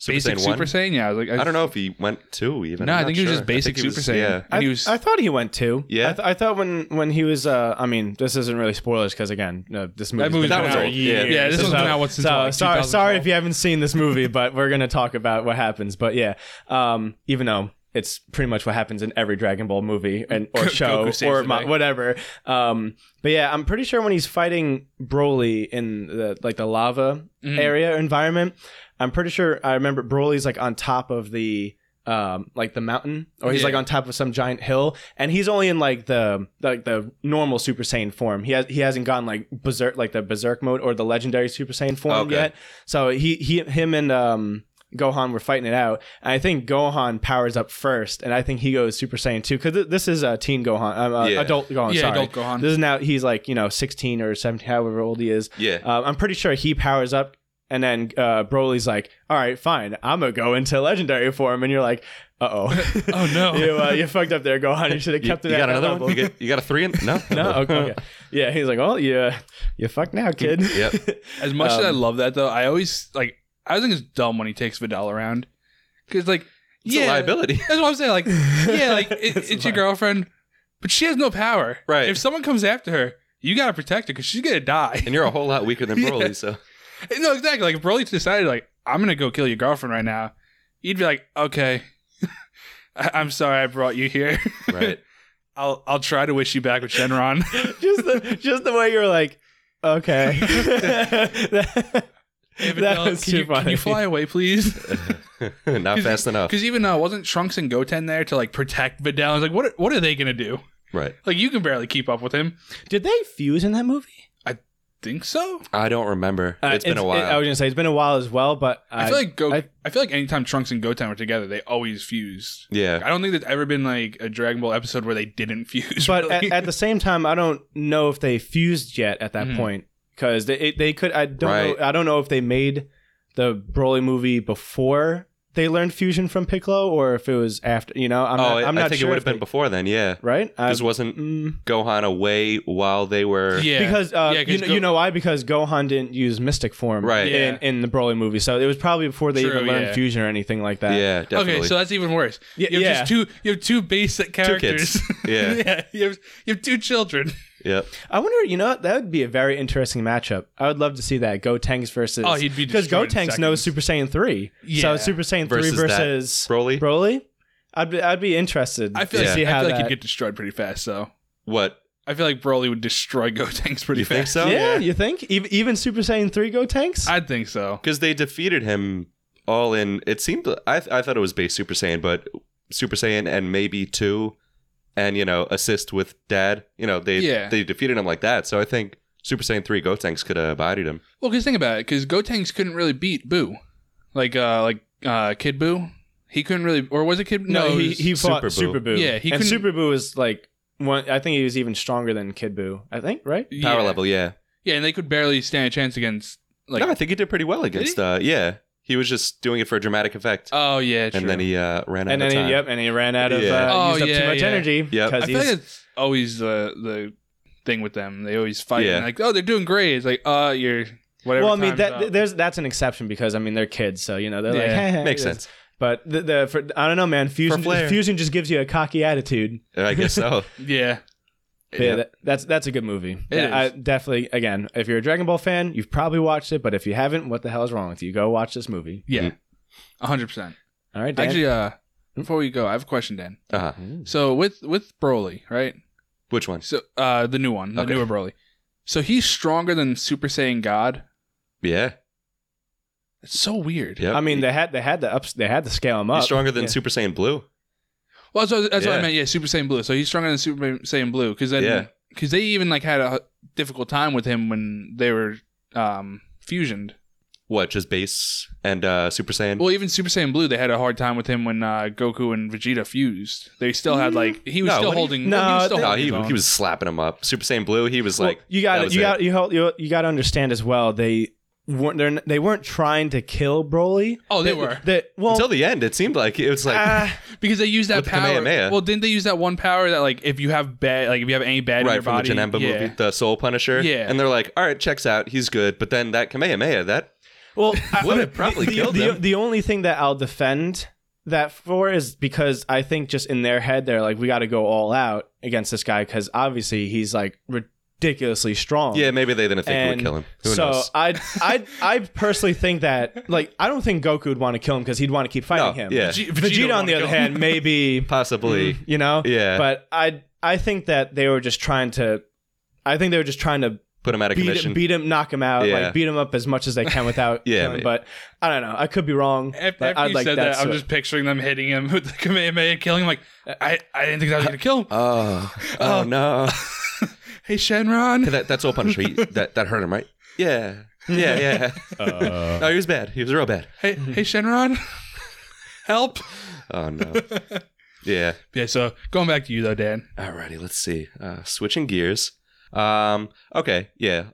Super
basic
Saiyan
Super
one.
Saiyan. Yeah, I was like
I don't know if he went two even.
No,
I'm
I
not
think he was
sure.
just basic
I think he
Super Saiyan.
Yeah.
And
I,
he was-
I thought he went too.
Yeah?
I, th- I thought when when he was. Uh, I mean, this isn't really spoilers because again, no, this movie.
That movie's
That
been
was
out
old,
years.
yeah.
Yeah, this
So-
one's been out what, since
so,
like
sorry,
2012?
sorry if you haven't seen this movie, but we're gonna talk about what happens. But yeah, um, even though it's pretty much what happens in every Dragon Ball movie and or
Goku
show
saves
or
the
mo-
day.
whatever. Um, but yeah, I'm pretty sure when he's fighting Broly in the like the lava
Mhm.
area environment, I'm pretty sure I remember Broly's like on top of the um like the mountain or he's
Yeah.
like on top of some giant hill and he's only in like the like the normal super saiyan form he has he hasn't gone like berserk like the berserk mode or the legendary super saiyan form
Okay.
yet so he he him and um gohan were fighting it out and i think gohan powers up first and i think he goes super saiyan 2 because th- this is a uh, teen gohan um, uh,
Yeah.
adult gohan
yeah,
sorry
adult Gohan.
this is now he's like you know 16 or 17 however old he is
Yeah. Uh,
um, I'm pretty sure he powers up, and then uh, Broly's like, "All right, fine, I'm gonna go into legendary form," and you're like, "Uh oh,
Oh, no.
you uh, you fucked up there, Gohan. You should have
You,
kept it
you
at
got
that
another
level."
one? You, get, you got a three? In, no.
no, okay, okay. yeah. He's like, "Well, you uh, you fucked now, kid."
Yep.
as much as
um,
I love that though, I always like I think it's dumb when he takes Vidal around because like
It's
yeah,
a liability.
That's what I'm saying. Like yeah, like it,
It's
it's,
a
your
li-
girlfriend, but she has no power.
Right.
If someone comes after her, you gotta protect her because she's gonna die.
And you're a whole lot weaker than
Yeah.
Broly, so
no, exactly. Like if Broly decided like I'm gonna go kill your girlfriend right now, you'd be like, okay, I- I'm sorry I brought you here.
right.
I'll I'll try to wish you back with Shenron.
just the just the way you're like, okay. that
Hey,
that
Videl,
was
can
too
you,
funny.
Can you fly away, please?
Not
'Cause-
fast enough.
Because even uh, wasn't Trunks and Goten there to like protect Videl? I was like, what? Are, what are they gonna do?
Right.
Like you can barely keep up with him.
Did they fuse in that movie?
Think so?
I don't remember.
Uh,
it's been a
I
while.
was gonna say it's been a while as well, but
I,
I,
feel like Go. I,
I-
feel like anytime Trunks and Goten were together, they always fused.
yeah.
I don't think there's ever been like a Dragon Ball episode where they didn't fuse.
but
really.
at, at the same time, I don't know if they fused yet at that
Mhm.
point because they it- they could. I don't
Right.
know. I don't know if they made the Broly movie before they learned fusion from Piccolo or if it was after. You know, I'm
oh,
not,
I-
I'm
I
not
think
sure
it would
if
have been
they-
before then. Yeah.
right. I-
Because wasn't
mm,
Gohan away while they were?
yeah,
Because uh,
Yeah, 'cause
you, know,
Go-
you know why? Because Gohan didn't use Mystic form
Right.
in, in the Broly movie, so it was probably before they
True,
even learned
yeah.
fusion or anything like that.
Yeah. Definitely.
okay, so that's even worse.
Y-
You have
yeah.
just two. You have two basic characters.
kids. Yeah.
You have you have two children.
yep.
I wonder, you know, that would be a very interesting matchup. I would love to see that Gotenks versus.
Oh, he'd be
because
destroyed in
Gotenks knows
seconds.
Super Saiyan three.
Yeah.
So Super Saiyan
Versus
three
that.
versus
Broly.
Broly. I'd be, I'd be interested.
I feel
to
Yeah.
see
like I
how
feel like
that.
he'd get destroyed pretty fast. though.
what?
I feel like Broly would destroy Gotenks pretty
You think
fast.
so?
yeah, you think even, even Super Saiyan three Gotenks?
I'd think so.
Because they defeated him all in. It seemed. I I thought it was base Super Saiyan, but Super Saiyan and maybe two, and you know assist with Dad. You know they
Yeah.
they defeated him like that. So I think Super Saiyan three Gotenks could have bodied him.
Well, because think about it, because Gotenks couldn't really beat Boo, like uh, like uh, Kid Boo. He couldn't really, or was it Kid? it
he,
was-
he fought
Super Buu.
Super Boo.
Yeah, he
and
couldn't-
Super Boo was like one. I think he was even stronger than Kid Boo. I think right.
yeah.
Power level. Yeah.
Yeah, and they could barely stand a chance against like
no, I think he did pretty well against.
he?
Uh, yeah. He was just doing it for dramatic effect,
Oh yeah, true.
and then he uh, ran out
and
of
then
time.
he, yep, and he ran out of uh,
Yeah.
Oh,
used up
yeah,
too much
yeah.
energy.
Yep.
because
I feel like it's always the the thing with them. They always fight.
Yeah.
and like, oh, they're doing great. It's like, uh, you're whatever.
well, I mean
time's
that
up.
there's that's an exception because I mean they're kids, so you know they're like
Yeah,
"Hey, hey,
Makes
this."
sense.
But the, the for, I don't know, man. Fusion
flair.
fusion just gives you a cocky attitude.
Uh, I guess so.
yeah,
But yeah, that, that's that's a good movie.
It
yeah, I,
is.
definitely. Again, if you're a Dragon Ball fan, you've probably watched it. But if you haven't, what the hell is wrong with you? Go watch this movie.
yeah, hundred percent.
All right, Dan.
Actually, uh, before we go, I have a question, Dan.
Uh-huh.
Ooh.
So with with Broly, right?
Which one?
So uh, the new one, the
Okay.
newer Broly. So he's stronger than Super Saiyan God.
Yeah.
It's so weird.
Yep.
I mean they had they had the ups they had to scale him up.
He's stronger than
Yeah.
Super Saiyan Blue.
Well, that's, what, that's what
Yeah.
I meant. Yeah, Super Saiyan Blue. So he's stronger than Super Saiyan Blue because then
Yeah.
because they even like had a difficult time with him when they were um fusioned.
What? Just base and uh, Super Saiyan.
Well, even Super Saiyan Blue, they had a hard time with him when uh, Goku and Vegeta fused. They still had like he was
No,
still
what do you-
holding.
No,
he was still
they-
no,
holding
he,
his own.
he was slapping him up. Super Saiyan Blue. He was
Well,
like,
you
that
got
was
you
it.
got you hold, you you got to understand as well. They weren't they're, n- they weren't trying to kill Broly.
Oh, they were.
They, well,
until the end. It seemed like it was like
ah,
because they used that
With the
power.
Kamehameha.
Well, didn't they use that one power that like if you have bad, like if you have any bad in your
right from
body,
the Janemba
yeah.
movie, the Soul Punisher.
Yeah.
and they're like, all right, checks out. He's good. But then that Kamehameha, that
well, I-
would have probably
the,
killed
the,
him.
the only thing that I'll defend that for is because I think just in their head they're like we got to go all out against this guy because obviously he's like ridiculously strong.
yeah, maybe they didn't think it would
And
kill him. Who
so
knows?
I I I personally think that like I don't think Goku would want to kill him because he'd want to keep fighting
No,
him.
yeah.
Vegeta
Vegeta,
would
on
wanna
the other
kill him.
hand maybe
Possibly.
you know
Yeah.
but I I think that they were just trying to. I think they were just trying to
Put him out of
beat
commission.
him, beat him, knock him out,
Yeah.
like beat him up as much as they can without.
Yeah,
killing,
maybe.
but I don't know. I could be wrong.
After,
but
after
I'd
you
like
said
that's
that, I'm
what-
just picturing them hitting him with the Kamehameha, killing him. Like, I, I didn't think that was gonna kill him.
oh, oh no!
Hey, Shenron.
that that Soul Punisher. He, that that hurt him, right? Yeah. Yeah, yeah.
Uh.
no, he was bad. He was real bad.
Hey, hey, Shenron. Help.
Oh no. yeah.
Yeah. So going back to you though, Dan.
Alrighty, let's see. Uh, switching gears. Um, okay, yeah.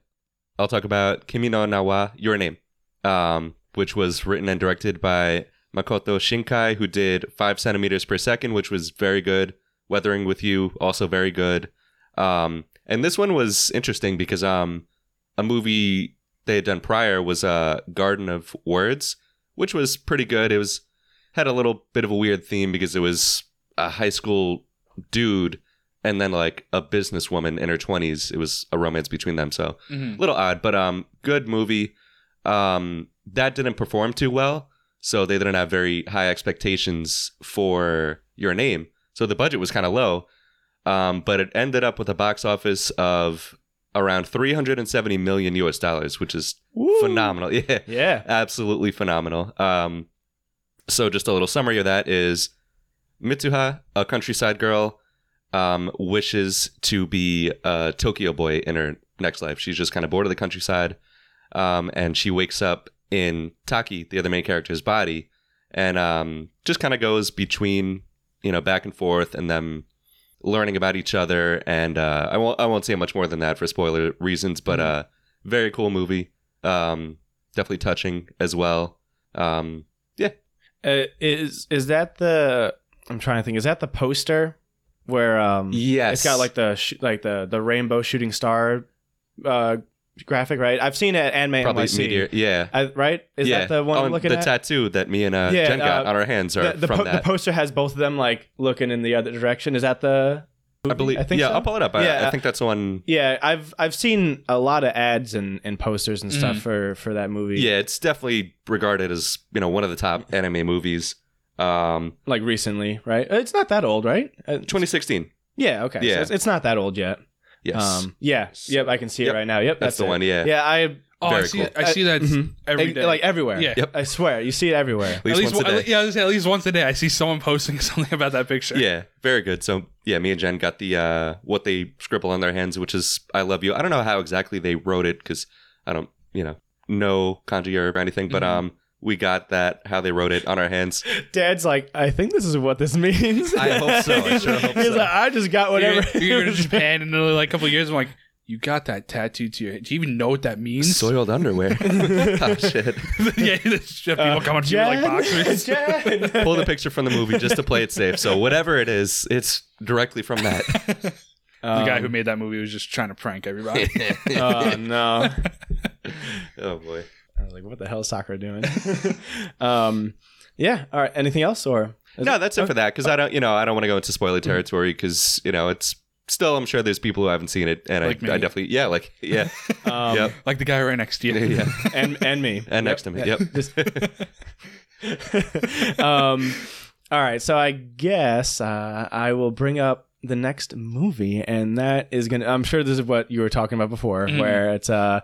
I'll talk about Kimi no Nawa, Your Name, um, which was written and directed by Makoto Shinkai, who did Five Centimeters Per Second, which was very good. Weathering with You, also very good. Um, and this one was interesting because um, a movie they had done prior was uh, Garden of Words, which was pretty good. It was had a little bit of a weird theme because it was a high school dude and then like a businesswoman in her 20s it was a romance between them so
Mhm.
a little odd but um good movie um that didn't perform too well so they didn't have very high expectations for your name so the budget was kind of low um but it ended up with a box office of around 370 million us dollars which is
Woo.
phenomenal yeah
Yeah.
absolutely phenomenal. Um, so just a little summary of that is Mitsuha, a countryside girl, um, wishes to be a Tokyo boy in her next life. She's just kind of bored of the countryside, um, and she wakes up in Taki, the other main character's body, and um, just kind of goes between you know back and forth, and them learning about each other. And uh, I won't I won't say much more than that for spoiler reasons, but uh, very cool movie. Um, definitely touching as well. Um,
Uh, is is that the? I'm trying to think. Is that the poster where um?
yes,
It's got like the sh- like the the rainbow shooting star, uh, graphic right. I've seen it at Anime
probably
NYC.
meteor. Yeah,
I, right? Is
yeah.
that the one
Oh,
I'm
and
looking
the
at?
tattoo that me and uh,
Yeah,
Jen got
uh,
on our hands are
the, the,
from
po- the
that.
poster has both of them like looking in the other direction. Is that the?
I believe.
I think
yeah,
so.
I'll pull it up. I,
Yeah.
I think that's the one.
Yeah, I've I've seen a lot of ads and, and posters and stuff
Mhm.
for for that movie.
Mm-hmm. Yeah, it's definitely regarded as you know one of the top anime movies. Um,
like recently, right? It's not that old, right? Uh,
2016.
yeah, okay. So
Yeah.
it's, it's not that old yet.
Yes,
Um, yeah, yep, I can see
Yep.
it right now. Yep, that's,
that's, the
it.
one. Yeah,
Yeah, I
Oh, I
Very
see.
cool.
I see that
mhm.
every
It-
day.
like everywhere.
Yeah.
Yep.
I swear, you see it everywhere.
at least, once a
one-
day.
at le- yeah, I was gonna say, at least once a day, I see someone posting something about that picture.
Yeah, very good. So yeah, me and Jen got the uh, what they scribble on their hands, which is "I love you." I don't know how exactly they wrote it because I don't, you know, know kanji or anything. But
Mhm.
um, we got that how they wrote it on our hands.
Dad's like, I think this is what this means.
I hope so. I sure hope
He's
so.
like, I just got
You're
whatever. Uh,
gonna- You're, going to Japan in another like couple of years. I'm like, you got that tattoo to your head. Do you even know what that means?
Soiled underwear. oh, shit.
yeah, there's just
Uh,
people coming to you like boxers.
Jen!
Pull the picture from the movie just to play it safe. So whatever it is, it's directly from that.
the
Um,
guy who made that movie was just trying to prank everybody.
Um, Oh no.
oh boy.
I was like, what the hell is soccer doing? um, yeah. All right. Anything else or? is
No,
it-
that's it for that because I don't, you know, I don't want to go into spoiler territory because you know it's still. I'm sure there's people who haven't seen it, and
Like me.
I, I definitely, yeah, like yeah,
um,
yep,
like the guy right next to you.
yeah,
and and me.
and next to me, yep.
Just- um, all right, so I guess uh, I will bring up the next movie, and that is gonna. I'm sure this is what you were talking about before,
Mhm.
where it's. Uh,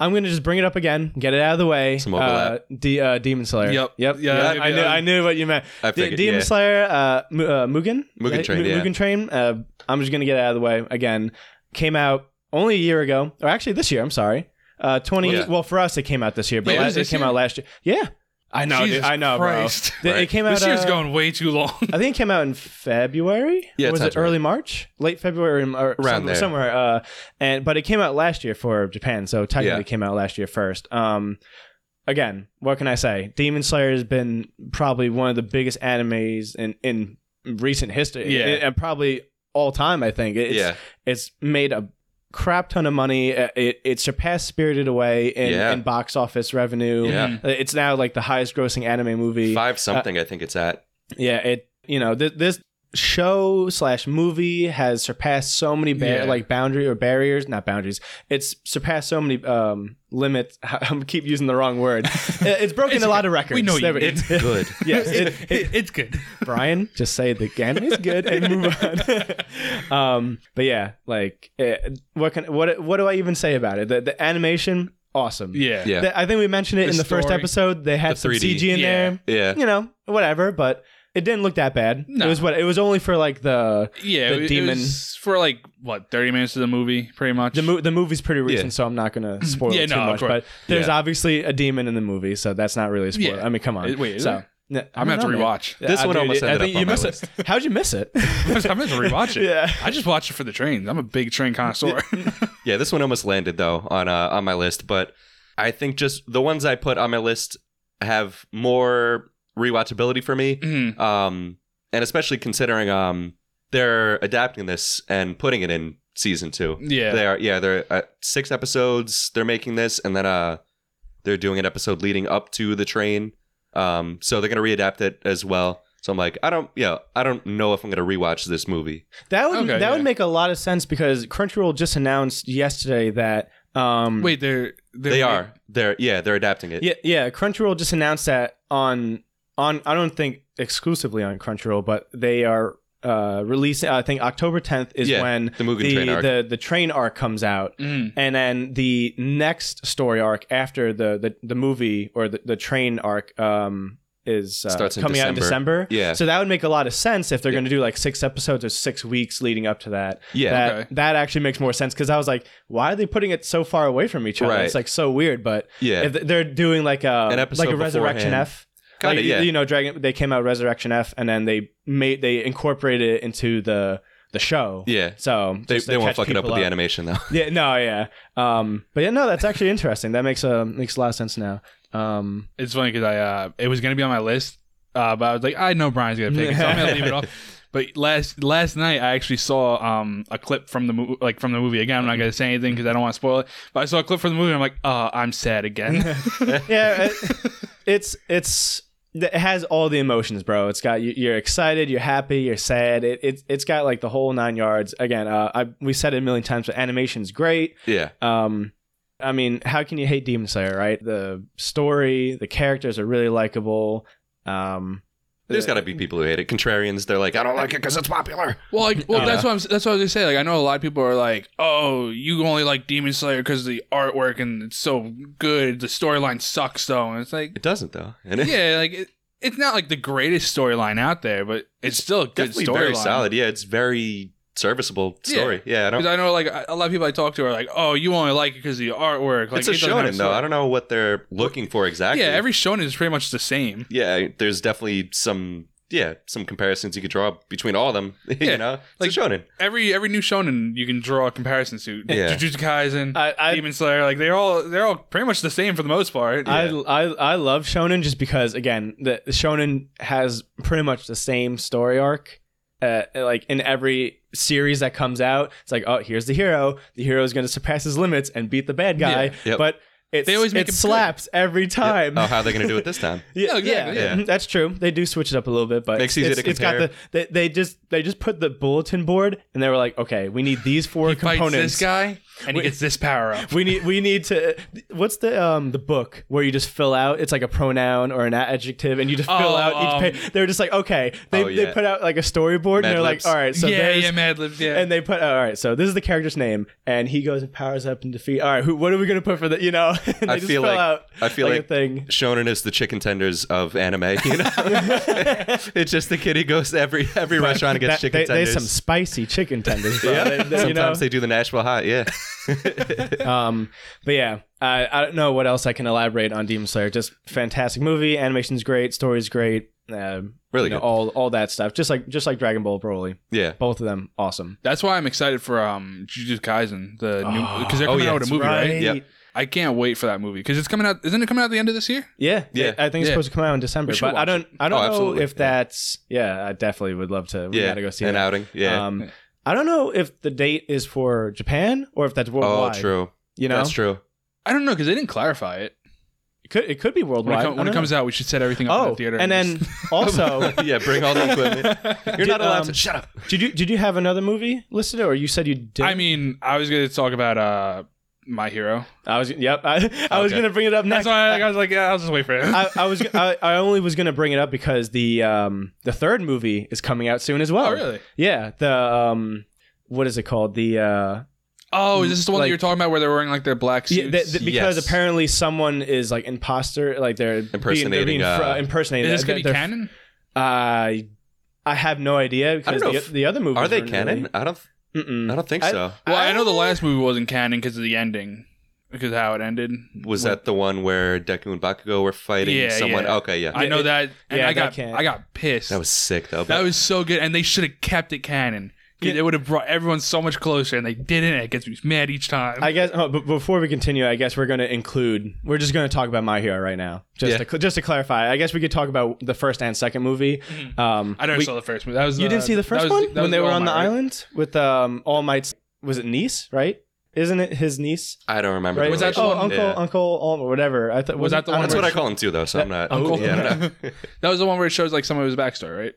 I'm gonna just bring it up again, get it out of the way.
Some overlap.
Uh, D- uh, Demon Slayer.
Yep.
Yep.
Yeah,
I knew. I knew what you meant.
I
D-
figured,
Demon
yeah.
Slayer. Uh, M- uh, Mugen.
Mugen
Right?
Train, yeah.
Mugen Train. Uh, I'm just gonna get it out of the way again. Came out only a year ago, or actually this year. I'm sorry. Uh, 20.
Oh, Yeah.
Well, for us, it came out this year, but
Yeah, it
la-
was
it
this
came
year?
out last year. Yeah. I know.
Jesus
dude, I know,
Christ.
bro. Th- It
Right.
came out.
This year's
uh,
going way too long.
I think it came out in February.
Yeah,
Or was
sounds
it
right.
early March, late February, or or
Around
some-
there.
somewhere? Uh, and but it came out last year for Japan, so technically
Yeah.
it came out last year first. Um, again, what can I say? Demon Slayer has been probably one of the biggest animes in in recent history,
Yeah.
and, and probably all time. I think it's
yeah,
it's made a crap ton of money. Uh, It it surpassed Spirited Away in,
Yeah.
in box office revenue.
Mm.
Yeah.
Uh, It's now like the highest grossing anime movie.
five something. I think it's at.
Yeah, it you know th- this show slash movie has surpassed so many ba-
Yeah.
like boundary or barriers, not boundaries. It's surpassed so many um limits. I keep using the wrong word. It- It's broken
It's
a lot
okay.
of records.
We know
There
you-
go.
It's good.
Yes, it, it-
it's good.
Brian, just say the anime is good and move on. um, but yeah, like eh, what can what what do I even say about it? The, the animation, awesome.
Yeah.
Yeah,
The- I think we mentioned it
The
in the first
story.
episode. They had
The
some
3D.
CG in
Yeah.
there,
yeah.
you know, whatever. But it didn't look that bad.
No.
It was what it was only for like the
Yeah.
The
it, it
demon-
was for like what thirty minutes of the movie, pretty much.
the mo- the movie's pretty recent,
Yeah.
so I'm not gonna spoil
Mm, Yeah,
it too
no, of
much.
course.
But there's
Yeah.
obviously a demon in the movie, so that's not really a spoiler.
Yeah.
I mean, come on.
It- wait, is
so.
it?
no, I
I'm gonna have
don't
to
know, man.
rewatch.
This
Ah,
one
dude,
almost
I
ended
think
up on
you
my
missed
list.
it. How'd you miss it?
I'm gonna have to rewatch it.
Yeah.
I just watch it for the trains. I'm a big train connoisseur.
Yeah, this one almost landed though on uh, on my list, but I think just the ones I put on my list have more rewatchability for me.
Mhm.
Um, and especially considering um they're adapting this and putting it in season two.
Yeah.
They are yeah they're uh, six episodes. They're making this and then uh they're doing an episode leading up to the train. Um, so they're gonna readapt it as well. So I'm like, I don't, yeah, I don't know if I'm gonna rewatch this movie.
That would
Okay,
that
yeah.
would make a lot of sense because Crunchyroll just announced yesterday that um
Wait, they're, they're
They are, they're, yeah, they're adapting it.
yeah yeah Crunchyroll just announced that on on I don't think exclusively on Crunchyroll but they are uh releasing I think October 10th is
Yeah,
when
the Mugen
the
Train arc.
the the train arc comes out
Mm.
and then the next story arc after the the, the movie or the, the train arc um is uh,
Starts in
coming out in December
Yeah.
so that would make a lot of sense if they're
Yeah.
going to do like six episodes or six weeks leading up to that
yeah.
that
Okay.
that actually makes more sense because I was like, why are they putting it so far away from each other?
Right.
It's like so weird, but
Yeah.
if they're doing like a
An episode
like a Resurrection
beforehand.
F.
Kinda,
like,
yeah.
you know, Dragon they came out Resurrection F and then they made they incorporated it into the the show.
yeah.
So
They,
just to
they won't
catch
fuck it up
people
with the animation though.
Yeah, no, yeah. Um but yeah, no, that's actually interesting. That makes a makes a lot of sense now. Um
It's funny because I uh, it was gonna be on my list, uh, but I was like, I know Brian's gonna pick it, so I'm gonna leave it off. But last last night, I actually saw um a clip from the movie, like from the movie again. I'm not gonna say anything because I don't want to spoil it. But I saw a clip from the movie. and I'm like, oh, I'm sad again.
yeah, it, it's it's it has all the emotions, bro. It's got you, you're excited, you're happy, you're sad. It, it it's got like the whole nine yards. Again, uh, I we said it a million times, but animation's great.
Yeah.
Um, I mean, how can you hate Demon Slayer, right? The story, the characters are really likable. Um,
There's got to be people who hate it. Contrarians, they're like, I don't like it because it's popular.
well, like, well, that's what I'm that's what I was gonna say. Like, I know a lot of people are like, oh, you only like Demon Slayer because the artwork and it's so good. The storyline sucks though, and it's like,
It doesn't though, and it's
yeah, like it, it's not like the greatest storyline out there, but it's still a good
definitely very
storyline.
solid. Yeah, it's very serviceable
Yeah.
story. Yeah, I don't.
Because I know, like, a lot of people I talk to are like, "Oh, you only like it because the artwork." Like,
it's a
it doesn't have
shonen though.
story.
I don't know what they're looking for exactly.
Yeah, every shonen is pretty much the same.
Yeah, there's definitely some yeah, some comparisons you could draw between all of them.
Yeah,
you know, it's
like-
like shonen.
Every every new shonen you can draw a comparison to.
Yeah.
Jujutsu Kaisen,
I- I-
Demon Slayer, like they're all they're all pretty much the same for the most part.
I, I I love shonen just because again the the shonen has pretty much the same story arc. Uh, like in every series that comes out, it's like oh here's the hero. The hero is going to surpass his limits and beat the bad guy.
Yeah.
Yep.
But it's,
They always make
it
him
slaps every time.
Oh, how are they going to do it this time?
Yeah,
Yeah, exactly,
Oh, yeah.
yeah, mhm, that's true. They do switch it up a little bit, but
Makes it
it's,
easy to
it's got the
compare.
they, they just they just put the bulletin board and they were like, okay, we need these four
he fights
components.
this guy and he gets this power up.
We need we need to what's the um the book where you just fill out it's like a pronoun or an adjective and you just fill
Oh,
out each
um,
page. They're just like okay they,
Oh,
they
yeah.
put out like a storyboard and
Mad
they're
Libs.
like all right so
yeah,
there's
yeah, Mad Libs, yeah.
and they put all right so this is the character's name and he goes and powers up and defeat all right who what are we gonna put for the you know and they
I
just
feel
fill
like-
out
I feel
a
like-
thing
Shonen is the chicken tenders of anime. You know, it's just the kid who goes to every every restaurant and gets
That-
chicken
they,
tenders.
there's some spicy chicken tenders bro.
yeah.
They- they-
Sometimes
you know?
they do the Nashville hot. Yeah,
Um, but yeah, I, I don't know what else I can elaborate on Demon Slayer. Just fantastic movie, animation's great, story's great, uh,
Really
you know,
good.
all all that stuff. Just like just like Dragon Ball Broly,
yeah.
both of them awesome.
That's why I'm excited for um Jujutsu Kaisen, the new
Oh.
because they're
Oh,
coming
yeah,
out with a
that's
movie, right?
Yep.
I can't wait for that movie because it's coming out. Isn't it coming out at the end of this year?
Yeah,
Yeah.
I think it's
Yeah.
supposed to come out in December,
We should
but I
watch
don't I don't
Oh,
know
absolutely.
if
Yeah.
that's yeah. I definitely would love to. We
yeah.
gotta go see
an
that.
outing. Yeah.
Um,
Yeah.
I don't know if the date is for Japan or if that's
oh,
worldwide.
true.
You know,
That's true.
I don't know because they didn't clarify it.
it could it could be
When,
worldwide
it, com-
I
when it
don't
comes out, we should set everything up
know.
in
Oh,
the theater.
and then also.
yeah, bring all the equipment.
then.
You're not allowed
um,
to. Shut up.
Did you did you have another movie listed, or you said you did?
I mean, I was gonna talk about uh my hero.
I was yep. I, I was
Okay.
gonna bring it up
That's
next.
why I, I was like, yeah, I'll just wait for it.
I, I was I, I only was gonna bring it up because the um the third movie is coming out soon as well.
oh really?
Yeah. The um what is it called? The uh
Oh, is this the one
Like-
that you're talking about where they're wearing like their black
yeah,
suits?
the- the- because
Yes.
apparently someone is like imposter like they're being-
Impersonating,
they're being fr-
uh,
impersonating.
is this gonna
They're- they're-
be canon?
I I have no idea because
know
the,
if-
the other movies
Are they
weren't
canon?
really-
I don't.
Mm-mm.
I don't think
I-
so.
Well, I,
Oh.
know the last movie wasn't canon because of the ending, because of how it ended.
Was that the one where Deku and Bakugo were fighting
Yeah,
someone?
yeah.
Okay, yeah.
I know
it-
that, and
yeah,
I
that
got
can't-
I got pissed.
that was sick though.
That
but-
was so good, and they should have kept it canon. 'Cause
Yeah.
It would have brought everyone so much closer, and they didn't. and It gets me mad each time.
I guess. Oh, but before we continue, I guess we're going to include. We're just going to talk about My Hero right now, just
Yeah.
to cl- just to clarify. I guess we could talk about the first and second movie. Um,
Mm-hmm. I never
we-
saw the first movie. That was
you
uh,
didn't see the
that
first
was-
one
that
when
was
they were
All
on the
Might, right?
island with um, All Might's. Was it niece? Right? Isn't it his niece?
I don't remember.
Right?
the
Was that the
oh
relation.
one-
Uncle
Yeah.
Uncle All or whatever? I thought
Was that the
I don't
one
That's
know.
what I call him too, though. So I'm not.
Uncle?
Oh, Yeah, I don't know.
That was the one where it shows like some of his backstory, right?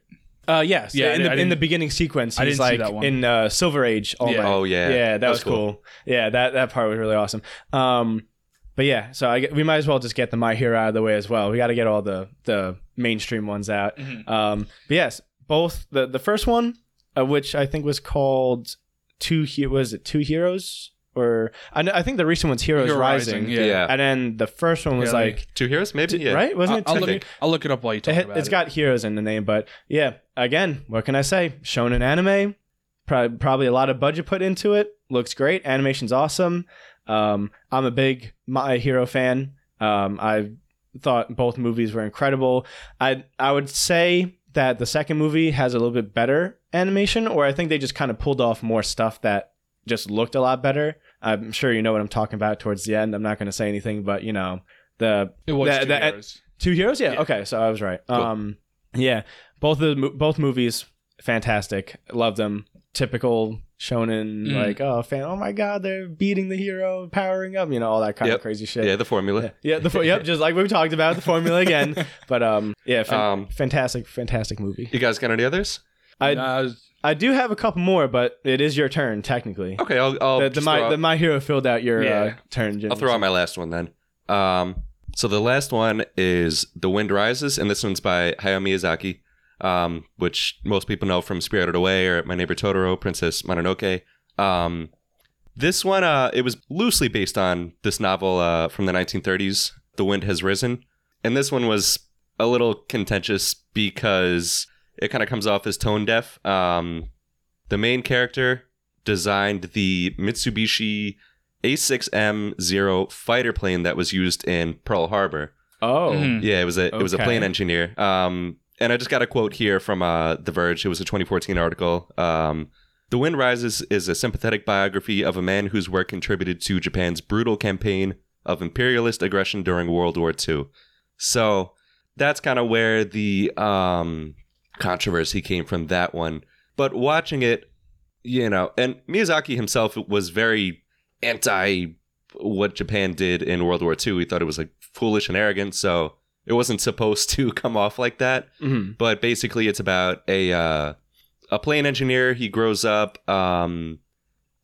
Uh, yes.
Yeah,
Yeah.
I
In
didn't- I
the, in the
didn't-
beginning sequence, he's
I didn't see
like
that one.
in uh, Silver Age. All
Yeah.
Might.
Oh yeah,
yeah, that was cool. Yeah, that that part was really awesome. Um, but yeah, so I, get- we might as well just get the My Hero out of the way as well. We got to get all the the mainstream ones out.
Mhm.
Um, but yes, both the the first one, uh, which I think was called Two He was it Two Heroes or I, know, I think the recent one's Heroes
Hero
Rising,
Rising,
Yeah.
Yeah.
and then the first one was
Yeah,
like
Two heroes, maybe. Yeah.
right, wasn't
I'll,
it?
I'll
two-
look, I'll look it up while you talk
it,
about
has
it.
got heroes in the name, but yeah, again, what can I say? Shonen anime, probably, probably a lot of budget put into it. Looks great. Animation's awesome. Um, I'm a big My Hero fan. Um, I thought both movies were incredible. I I would say that the second movie has a little bit better animation, or I think they just kind of pulled off more stuff that just looked a lot better. I'm sure you know what I'm talking about towards the end. I'm not going to say anything, but you know the
It was
that-
two
that-
heroes.
Two heroes, yeah.
Yeah.
Okay, so I was right.
Cool.
Um, yeah, both of the mo- both movies, fantastic. Love them. Typical shonen,
Mm.
like oh fan, oh my god, they're beating the hero, powering up, you know, all that kind
Yep.
of crazy shit.
Yeah, the formula.
Yeah, yeah, the fo- yep, just like we talked about the formula again. But um, yeah, fan-
Um,
fantastic, fantastic movie.
You guys got any others?
I
Nah, it was-
I do have a couple more, but it is your turn technically.
Okay, I'll. I'll
The, the
Oh, just
my
throw out-
the my hero filled out your uh,
Yeah.
turn. Jim.
I'll throw out my last one then. Um, so the last one is The Wind Rises, and this one's by Hayao Miyazaki, um, which most people know from Spirited Away or My Neighbor Totoro, Princess Mononoke. Um, this one, uh, it was loosely based on this novel uh, from the 1930s, The Wind Has Risen. And this one was a little contentious because it kind of comes off as tone deaf. Um, the main character designed the Mitsubishi a6M0 fighter plane that was used in Pearl Harbor.
Oh,
Mhm.
Yeah, it was a it was a
Okay.
plane engineer. Um, and I just got a quote here from uh, The Verge. It was a 2014 article. Um, the Wind Rises is a sympathetic biography of a man whose work contributed to Japan's brutal campaign of imperialist aggression during World War II. So that's kind of where the um, controversy came from that one. But watching it, you know, and Miyazaki himself was very anti what Japan did in World War II. He thought it was like foolish and arrogant. So it wasn't supposed to come off like that
Mm-hmm.
but basically it's about a uh, a plane engineer he grows up um,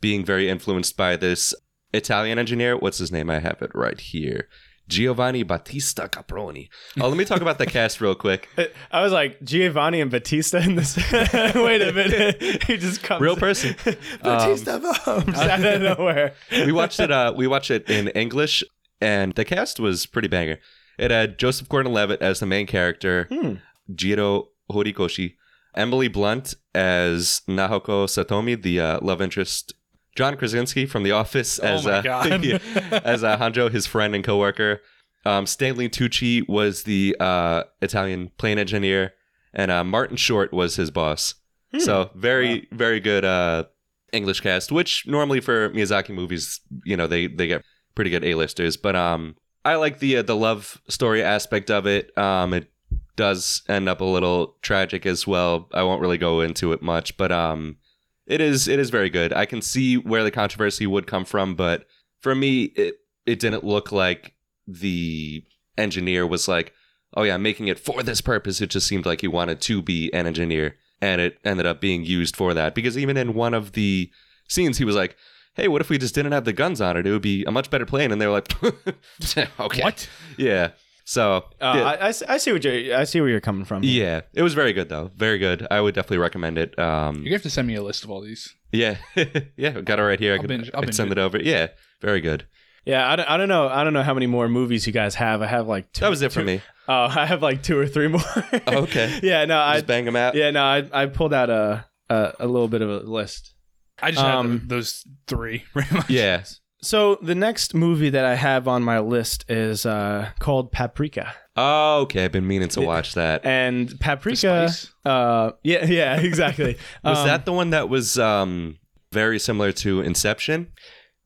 being very influenced by this Italian engineer what's his name I have it right here Giovanni Battista Caproni oh let me talk about the cast real quick
I was like Giovanni and Batista in this. Wait a minute, he just comes.
real person
Batista bombs out of nowhere.
Um, we watched it uh, we watched it in English and the cast was pretty banger it had Joseph Gordon-Levitt as the main character
Hmm.
Jiro Horikoshi, Emily Blunt as Nahoko Satomi, the uh, love interest, John Krasinski from The Office
Oh
as
my
uh,
God.
yeah, as uh, Hanjo, his friend and coworker. Um, Stanley Tucci was the uh, Italian plane engineer, and uh, Martin Short was his boss.
Hmm.
So very very good uh, English cast, which normally for Miyazaki movies, you know, they they get pretty good A-listers. But um, I like the uh, the love story aspect of it. Um, it does end up a little tragic as well. I won't really go into it much, but um, it is it is very good. I can see where the controversy would come from, but for me, it it didn't look like the engineer was like, oh yeah, I'm making it for this purpose. It just seemed like he wanted to be an engineer, and it ended up being used for that. Because even in one of the scenes, he was like. Hey, what if we just didn't have the guns on it? It would be a much better plane. And they were like, okay.
What?
Yeah. So
Uh,
yeah,
I, I see- I see what you I see where you're coming from.
yeah, it was very good though. Very good. I would definitely recommend it. Um,
You have to send me a list of all these.
yeah, yeah, got it right here. I
I'll
could
binge- I'll
I could
binge
send
it.
it over. Yeah, very good.
yeah. I don't, I don't know. I don't know how many more movies you guys have. I have like two.
That was it for me.
Oh, I have like two or three more.
Okay.
yeah. No. I.
Just bang them out.
Yeah. No. I. I pulled out a a, a little bit of a list.
I just had
Um,
th- those three. pretty much.
yeah.
So the next movie that I have on my list is uh, called Paprika,
Oh, okay. I've been meaning to watch that.
and
The
Paprika.
spice.
Uh, yeah, yeah, exactly.
Was
Um,
that the one that was um very similar to Inception?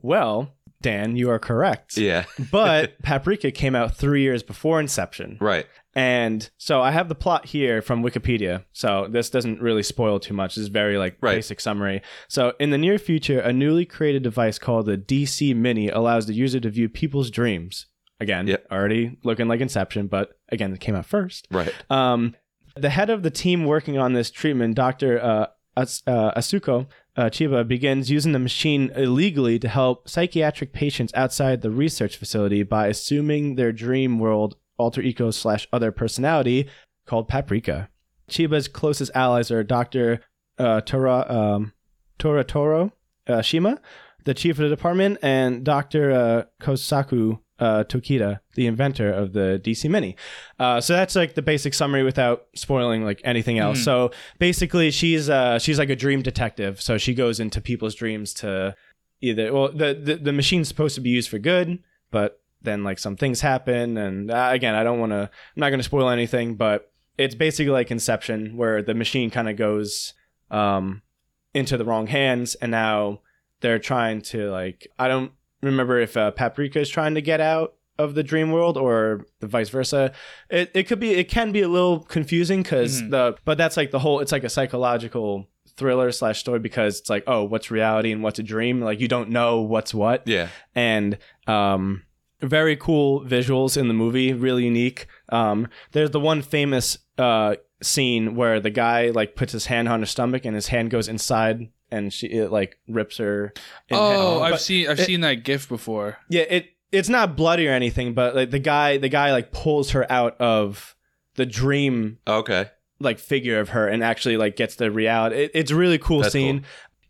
well, Dan? You are correct.
Yeah.
but Paprika came out three years before Inception,
Right.
and so I have the plot here from Wikipedia. So this doesn't really spoil too much. This is very like
Right.
basic summary. So in the near future, a newly created device called the DC Mini allows the user to view people's dreams. Again,
Yep.
already looking like Inception, but again, it came out first.
Right.
Um, the head of the team working on this treatment, Dr. Uh, As- uh, Asuko uh, Chiba, begins using the machine illegally to help psychiatric patients outside the research facility by assuming their dream world alter ego slash other personality called Paprika. Chiba's closest allies are Dr. Uh, Tora, um, Tora Toro uh, Shima, the chief of the department, and Dr. Uh, Kosaku uh, Tokita, the inventor of the DC Mini. Uh, so that's like the basic summary without spoiling like anything else.
Mhm.
So basically, she's uh, she's like a dream detective. So she goes into people's dreams to either well, the the, the machine's supposed to be used for good, but then like some things happen, and uh, again, I don't want to. I'm not going to spoil anything, but it's basically like Inception, where the machine kind of goes um, into the wrong hands, and now they're trying to like I don't remember if uh, Paprika is trying to get out of the dream world or the vice versa. It it could be it can be a little confusing because
Mhm.
the but that's like the whole it's like a psychological thriller slash story because it's like oh what's reality and what's a dream like you don't know what's what
Yeah.
and um, very cool visuals in the movie, really unique. Um, there's the one famous uh, scene where the guy like puts his hand on her stomach and his hand goes inside and she it like rips her. in half.
Oh, I've
But-
seen I've
it-
seen that GIF before.
yeah, it it's not bloody or anything, but like the guy the guy like pulls her out of the dream
Okay.
like figure of her and actually like gets the reality. It, it's a really cool
That's
scene.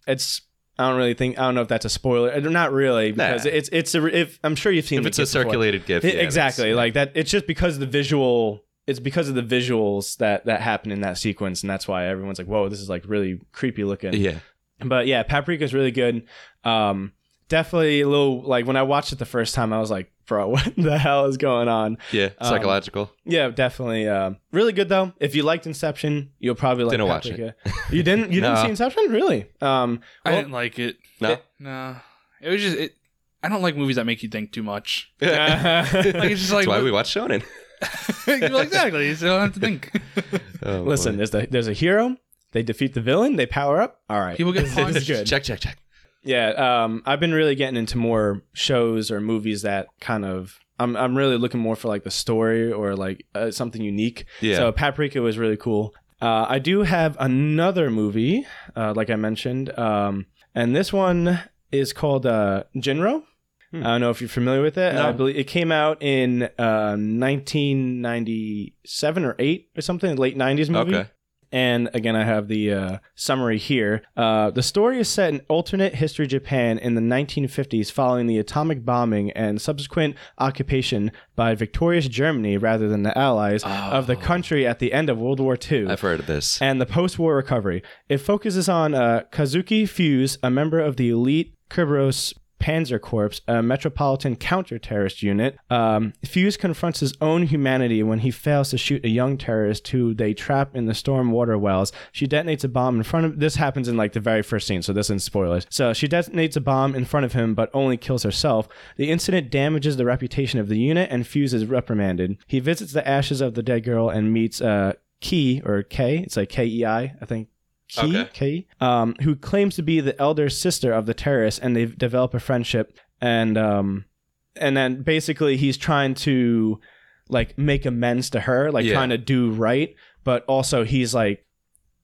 It's I don't really think I don't know if that's a spoiler. Uh, Not really because
Nah.
it's it's a if I'm sure you've seen
If
the
it's a
GIF before.
circulated GIF.
I-
yeah, that's-
E, exactly like that it's just because of the visual it's because of the visuals that that happen in that sequence and that's why everyone's like whoa this is like really creepy looking
Yeah.
but yeah paprika's really good um definitely a little like when I watched it the first time, I was like, bro, what the hell is going on?
Yeah,
Um,
psychological.
Yeah, definitely. Uh, really good though. If you liked Inception, you'll probably like.
Didn't watch it.
Paprika. You didn't. You didn't
No.
see Inception, really? Um,
I
well-
didn't like it.
No?
It- no. It was just it. I don't like movies that make you think too much. Like
That's
it's just like,
why we watch Shonen.
Well, exactly. So I don't have to think.
Oh, boy.
listen, there's the, there's a hero. They defeat the villain. They power up. All right.
People get
This is
punched.
good.
check, check, check.
Yeah, um, I've been really getting into more shows or movies that kind of. I'm I'm really looking more for like the story or like uh, something unique.
Yeah.
So Paprika was really cool. Uh, I do have another movie, uh, like I mentioned, um, and this one is called uh, Jinro.
Hmm.
I don't know if you're familiar with it.
No.
I believe it came out in uh, 1997 or eight or something, late 90s movie.
okay.
And again, I have the uh, summary here. Uh, the story is set in alternate history Japan in the 1950s following the atomic bombing and subsequent occupation by victorious Germany rather than the Allies of the country at the end of World War II
I've heard of this.
and the post war recovery. It focuses on uh, Kazuki Fuse, a member of the elite Kerberos Panzer Corps, a metropolitan counter terrorist unit. Um, Fuse confronts his own humanity when he fails to shoot a young terrorist who they trap in the storm water wells. She detonates a bomb in front of this happens in like the very first scene, so this isn't spoilers. So she detonates a bomb in front of him but only kills herself. The incident damages the reputation of the unit and Fuse is reprimanded. He visits the ashes of the dead girl and meets uh Key or K, it's like K E I, I think. Key,
Okay.
Key, um, who claims to be the elder sister of the terrorist, and they develop a friendship. And um, and then basically he's trying to like make amends to her, like
Yeah.
trying to do right, but also he's like,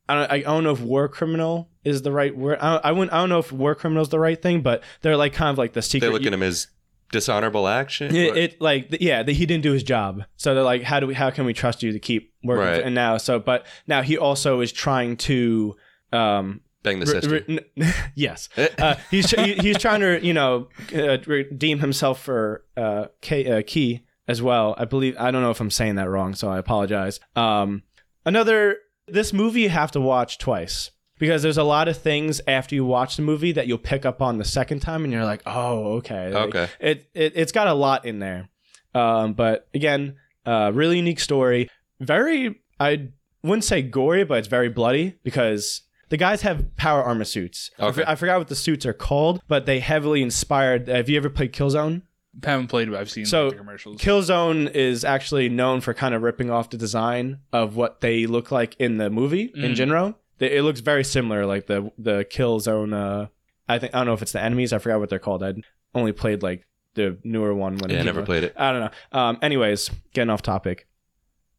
I don't, I don't know if war criminal is the right word. I, I wouldn't, I don't know if war criminal is the right thing, but they're like kind of like the secret.
They look at him as dishonorable action.
It, it like th- yeah, that he didn't do his job. So they're like, how do we? How can we trust you to keep working?
Right.
And now, so but now he also is trying to, um,
Bang the
re-
sister. Eh,
re- n- yes, uh, he's he- he's trying to you know uh, redeem himself for uh, K, uh, Key as well. I believe I don't know if I'm saying that wrong, so I apologize. Um, another this movie you have to watch twice because there's a lot of things after you watch the movie that you'll pick up on the second time, and you're like, oh, okay, Like,
okay.
it, it it's got a lot in there um but again uh really unique story very i wouldn't say gory but it's very bloody because the guys have power armor suits I for-
Okay.
I forgot what the suits are called but they heavily inspired have you ever played killzone
haven't played, but I've seen
So,
like, the commercials.
killzone is actually known for kind of ripping off the design of what they look like in the movie in
Mm.
general They- it looks very similar like the the killzone uh i think i don't know if it's the enemies i forgot what they're called i only played like the newer one when it
Yeah, I
came
never
out.
played it.
I don't know. Um, anyways, getting off topic.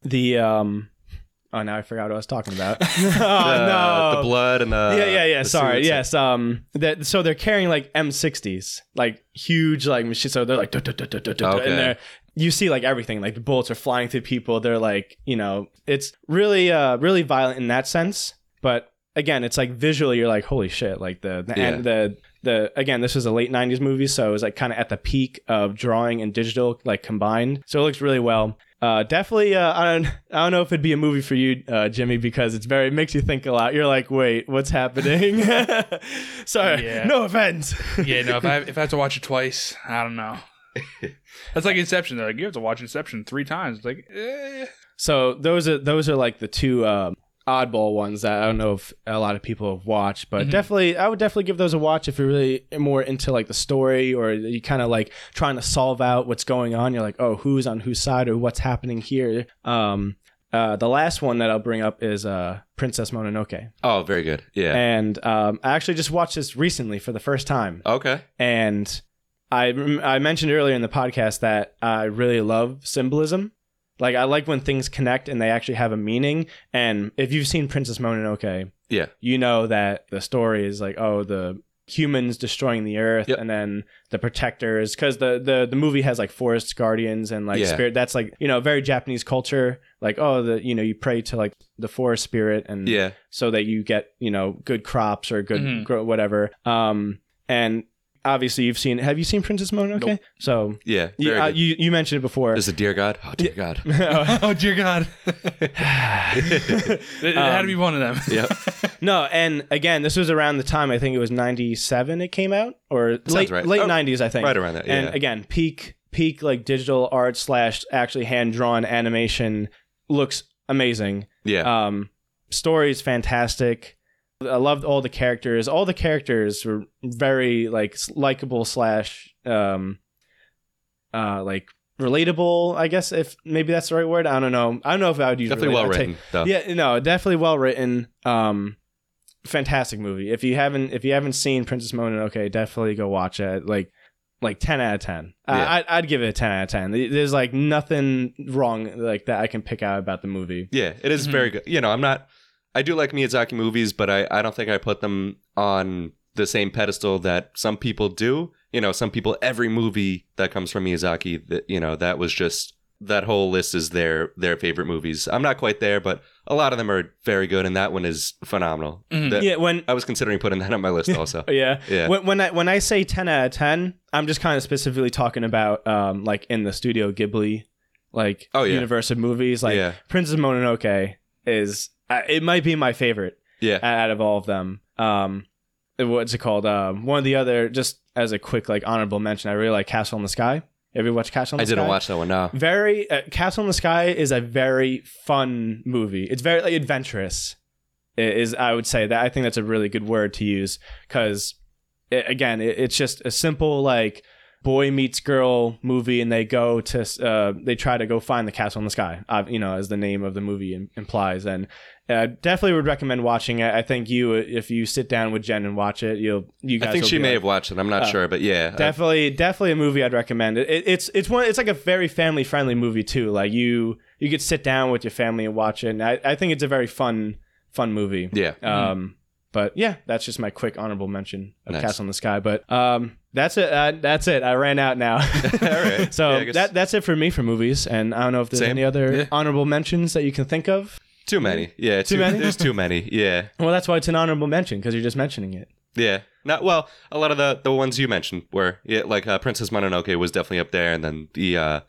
The um, oh now I forgot what I was talking about. oh
the,
no.
the blood and the
yeah, yeah, yeah.
uh, the
Sorry.
suits.
Yes. Um. That. So they're carrying like M60s, like huge, like machine. So they're like, duh, duh, duh, duh, duh, duh, duh,
Okay.
and they're you see like everything. Like the bullets are flying through people. They're like, you know, it's really, uh, really violent in that sense. But again, it's like visually, you're like, holy shit! Like the the
Yeah.
and the the again, this was a late '90s movie, so it was like kind of at the peak of drawing and digital like combined. So it looks really well. Uh, definitely. Uh, I don't. I don't know if it'd be a movie for you, uh, Jimmy, because it's very it makes you think a lot. You're like, wait, what's happening? Sorry,
Yeah.
no offense.
yeah, no. If I if I have to watch it twice, I don't know. That's like Inception. They're like you have to watch Inception three times. It's like eh.
So those are those are like the two um, oddball ones that I don't know if a lot of people have watched, but
Mhm.
definitely I would definitely give those a watch if you're really more into like the story or you kind of like trying to solve out what's going on. You're like, oh, who's on whose side or what's happening here. Um, uh, the last one that I'll bring up is uh, Princess Mononoke,
Oh, very good. Yeah.
and um, I actually just watched this recently for the first time
okay.
and I rem- I mentioned earlier in the podcast that I really love symbolism. Like I like when things connect and they actually have a meaning. And if you've seen Princess Mononoke,
Yeah.
you know that the story is like oh the humans destroying the earth
Yep.
and then the protectors because the, the the movie has like forest guardians and like
Yeah.
spirit that's like you know very japanese culture like oh the you know you pray to like the forest spirit and
Yeah.
so that you get you know good crops or good
Mhm.
grow whatever um and obviously you've seen. Have you seen Princess Mononoke?
Nope.
So
Yeah,
you,
very
uh,
good.
you you mentioned it before.
Is it Dear God? Oh, Dear God.
oh dear God! it, it had to be one of them.
yep.
no, and again, this was around the time I think it was '97. It came out or late
right.
late
Oh,
'90s, I think.
right around that,
And
yeah.
again, peak peak like digital art slash actually hand drawn animation looks amazing.
Yeah.
Um, story is fantastic. I loved all the characters. All the characters were very like s- likable slash um, uh, like relatable. I guess if maybe that's the right word. I don't know. I don't know if I would use relatable.
Definitely well
I'd take-
written, though.
yeah, no, definitely well written. Um, fantastic movie. If you haven't if you haven't seen Princess Mononoke, definitely go watch it. Like like ten out of ten.
Yeah.
I, I'd, I'd give it a ten out of ten. There's like nothing wrong like that I can pick out about the movie.
Yeah, it is
Mhm.
very
Mm-hmm.
good. You know, I'm not. I do like Miyazaki movies, but I, I don't think I put them on the same pedestal that some people do. You know, some people every movie that comes from Miyazaki, that you know, that was just that whole list is their their favorite movies. I'm not quite there, but a lot of them are very good, and that one is phenomenal.
Mhm.
That-
Yeah, when
I was considering putting that on my list also.
yeah.
Yeah.
When, when I when I say ten out of ten, I'm just kind of specifically talking about um like in the Studio Ghibli, like
Oh, yeah.
universe of movies. Like
yeah,
Princess Mononoke is uh, it might be my favorite.
yeah,
out of all of them. Um, what's it called? Um, one of the other, just as a quick like honorable mention, I really like Castle in the Sky. Have you watched Castle in the
I
Sky?
didn't watch that one. No,
Very uh, Castle in the Sky is a very fun movie. It's very like, adventurous. i- Is I would say that I think that's a really good word to use because again, it, it's just a simple like boy meets girl movie, and they go to uh, they try to go find the castle in the sky. Uh, you know, as the name of the movie im- implies, and uh, definitely would recommend watching it. I think you if you sit down with Jen and watch it, you'll you guys.
I think
will
she
be
may
like,
have watched it. I'm not
Oh.
sure, but yeah, I-
definitely definitely a movie I'd recommend. It, it's it's one it's like a very family friendly movie too. Like you you could sit down with your family and watch it. And I, I think it's a very fun fun movie.
yeah.
Um, but yeah, that's just my quick honorable mention of
Nice.
Castle in the Sky. But um, that's it. Uh, that's it. I ran out now.
right. Yeah,
So
I guess-
that that's it for me for movies. And I don't know if there's
Same.
any other
Yeah.
honorable mentions that you can think of.
Too many. Yeah, too,
many?
There's too many. Yeah.
Well, that's why it's an honorable mention because you're just mentioning it.
Yeah. Not well. A lot of the the ones you mentioned were yeah, like uh, Princess Mononoke was definitely up there, and then the uh,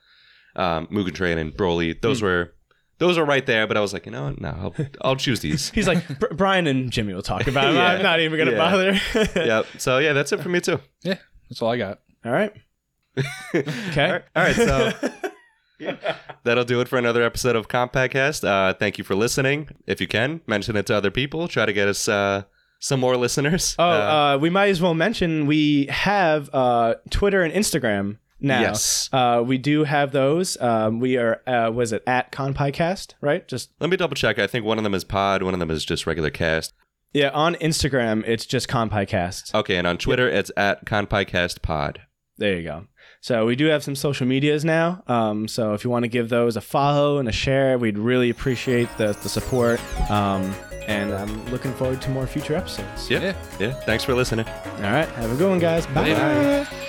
um, Mugen Train and Broly. Those
Hmm.
were those were right there. But I was like, you know, what? no, I'll, I'll choose these.
He's like "Br- Brian and Jimmy will talk about it.
Yeah.
I'm not even gonna
Yeah.
bother.
yep. So yeah, that's it for me too.
That's all I got.
All right. okay.
All right. So. That'll do it for another episode of Compact Cast. Uh, thank you for listening. If you can, mention it to other people. Try to get us uh, some more listeners.
Oh, uh, we might as well mention we have uh, Twitter and Instagram now.
Yes.
Uh, we do have those. Um, we are, uh, was it at ConPycast, right? Just,
Let me double check. I think one of them is pod, one of them is just regular cast.
yeah, on Instagram, it's just ConPycast.
Okay, and on Twitter, it's at ConpyCastPod.
There you go. So we do have some social medias now. Um, so if you want to give those a follow and a share, we'd really appreciate the, the support. Um, and I'm looking forward to more future episodes.
Yeah. Yeah. Thanks for listening.
All right. Have a good one, guys. Bye.
Later.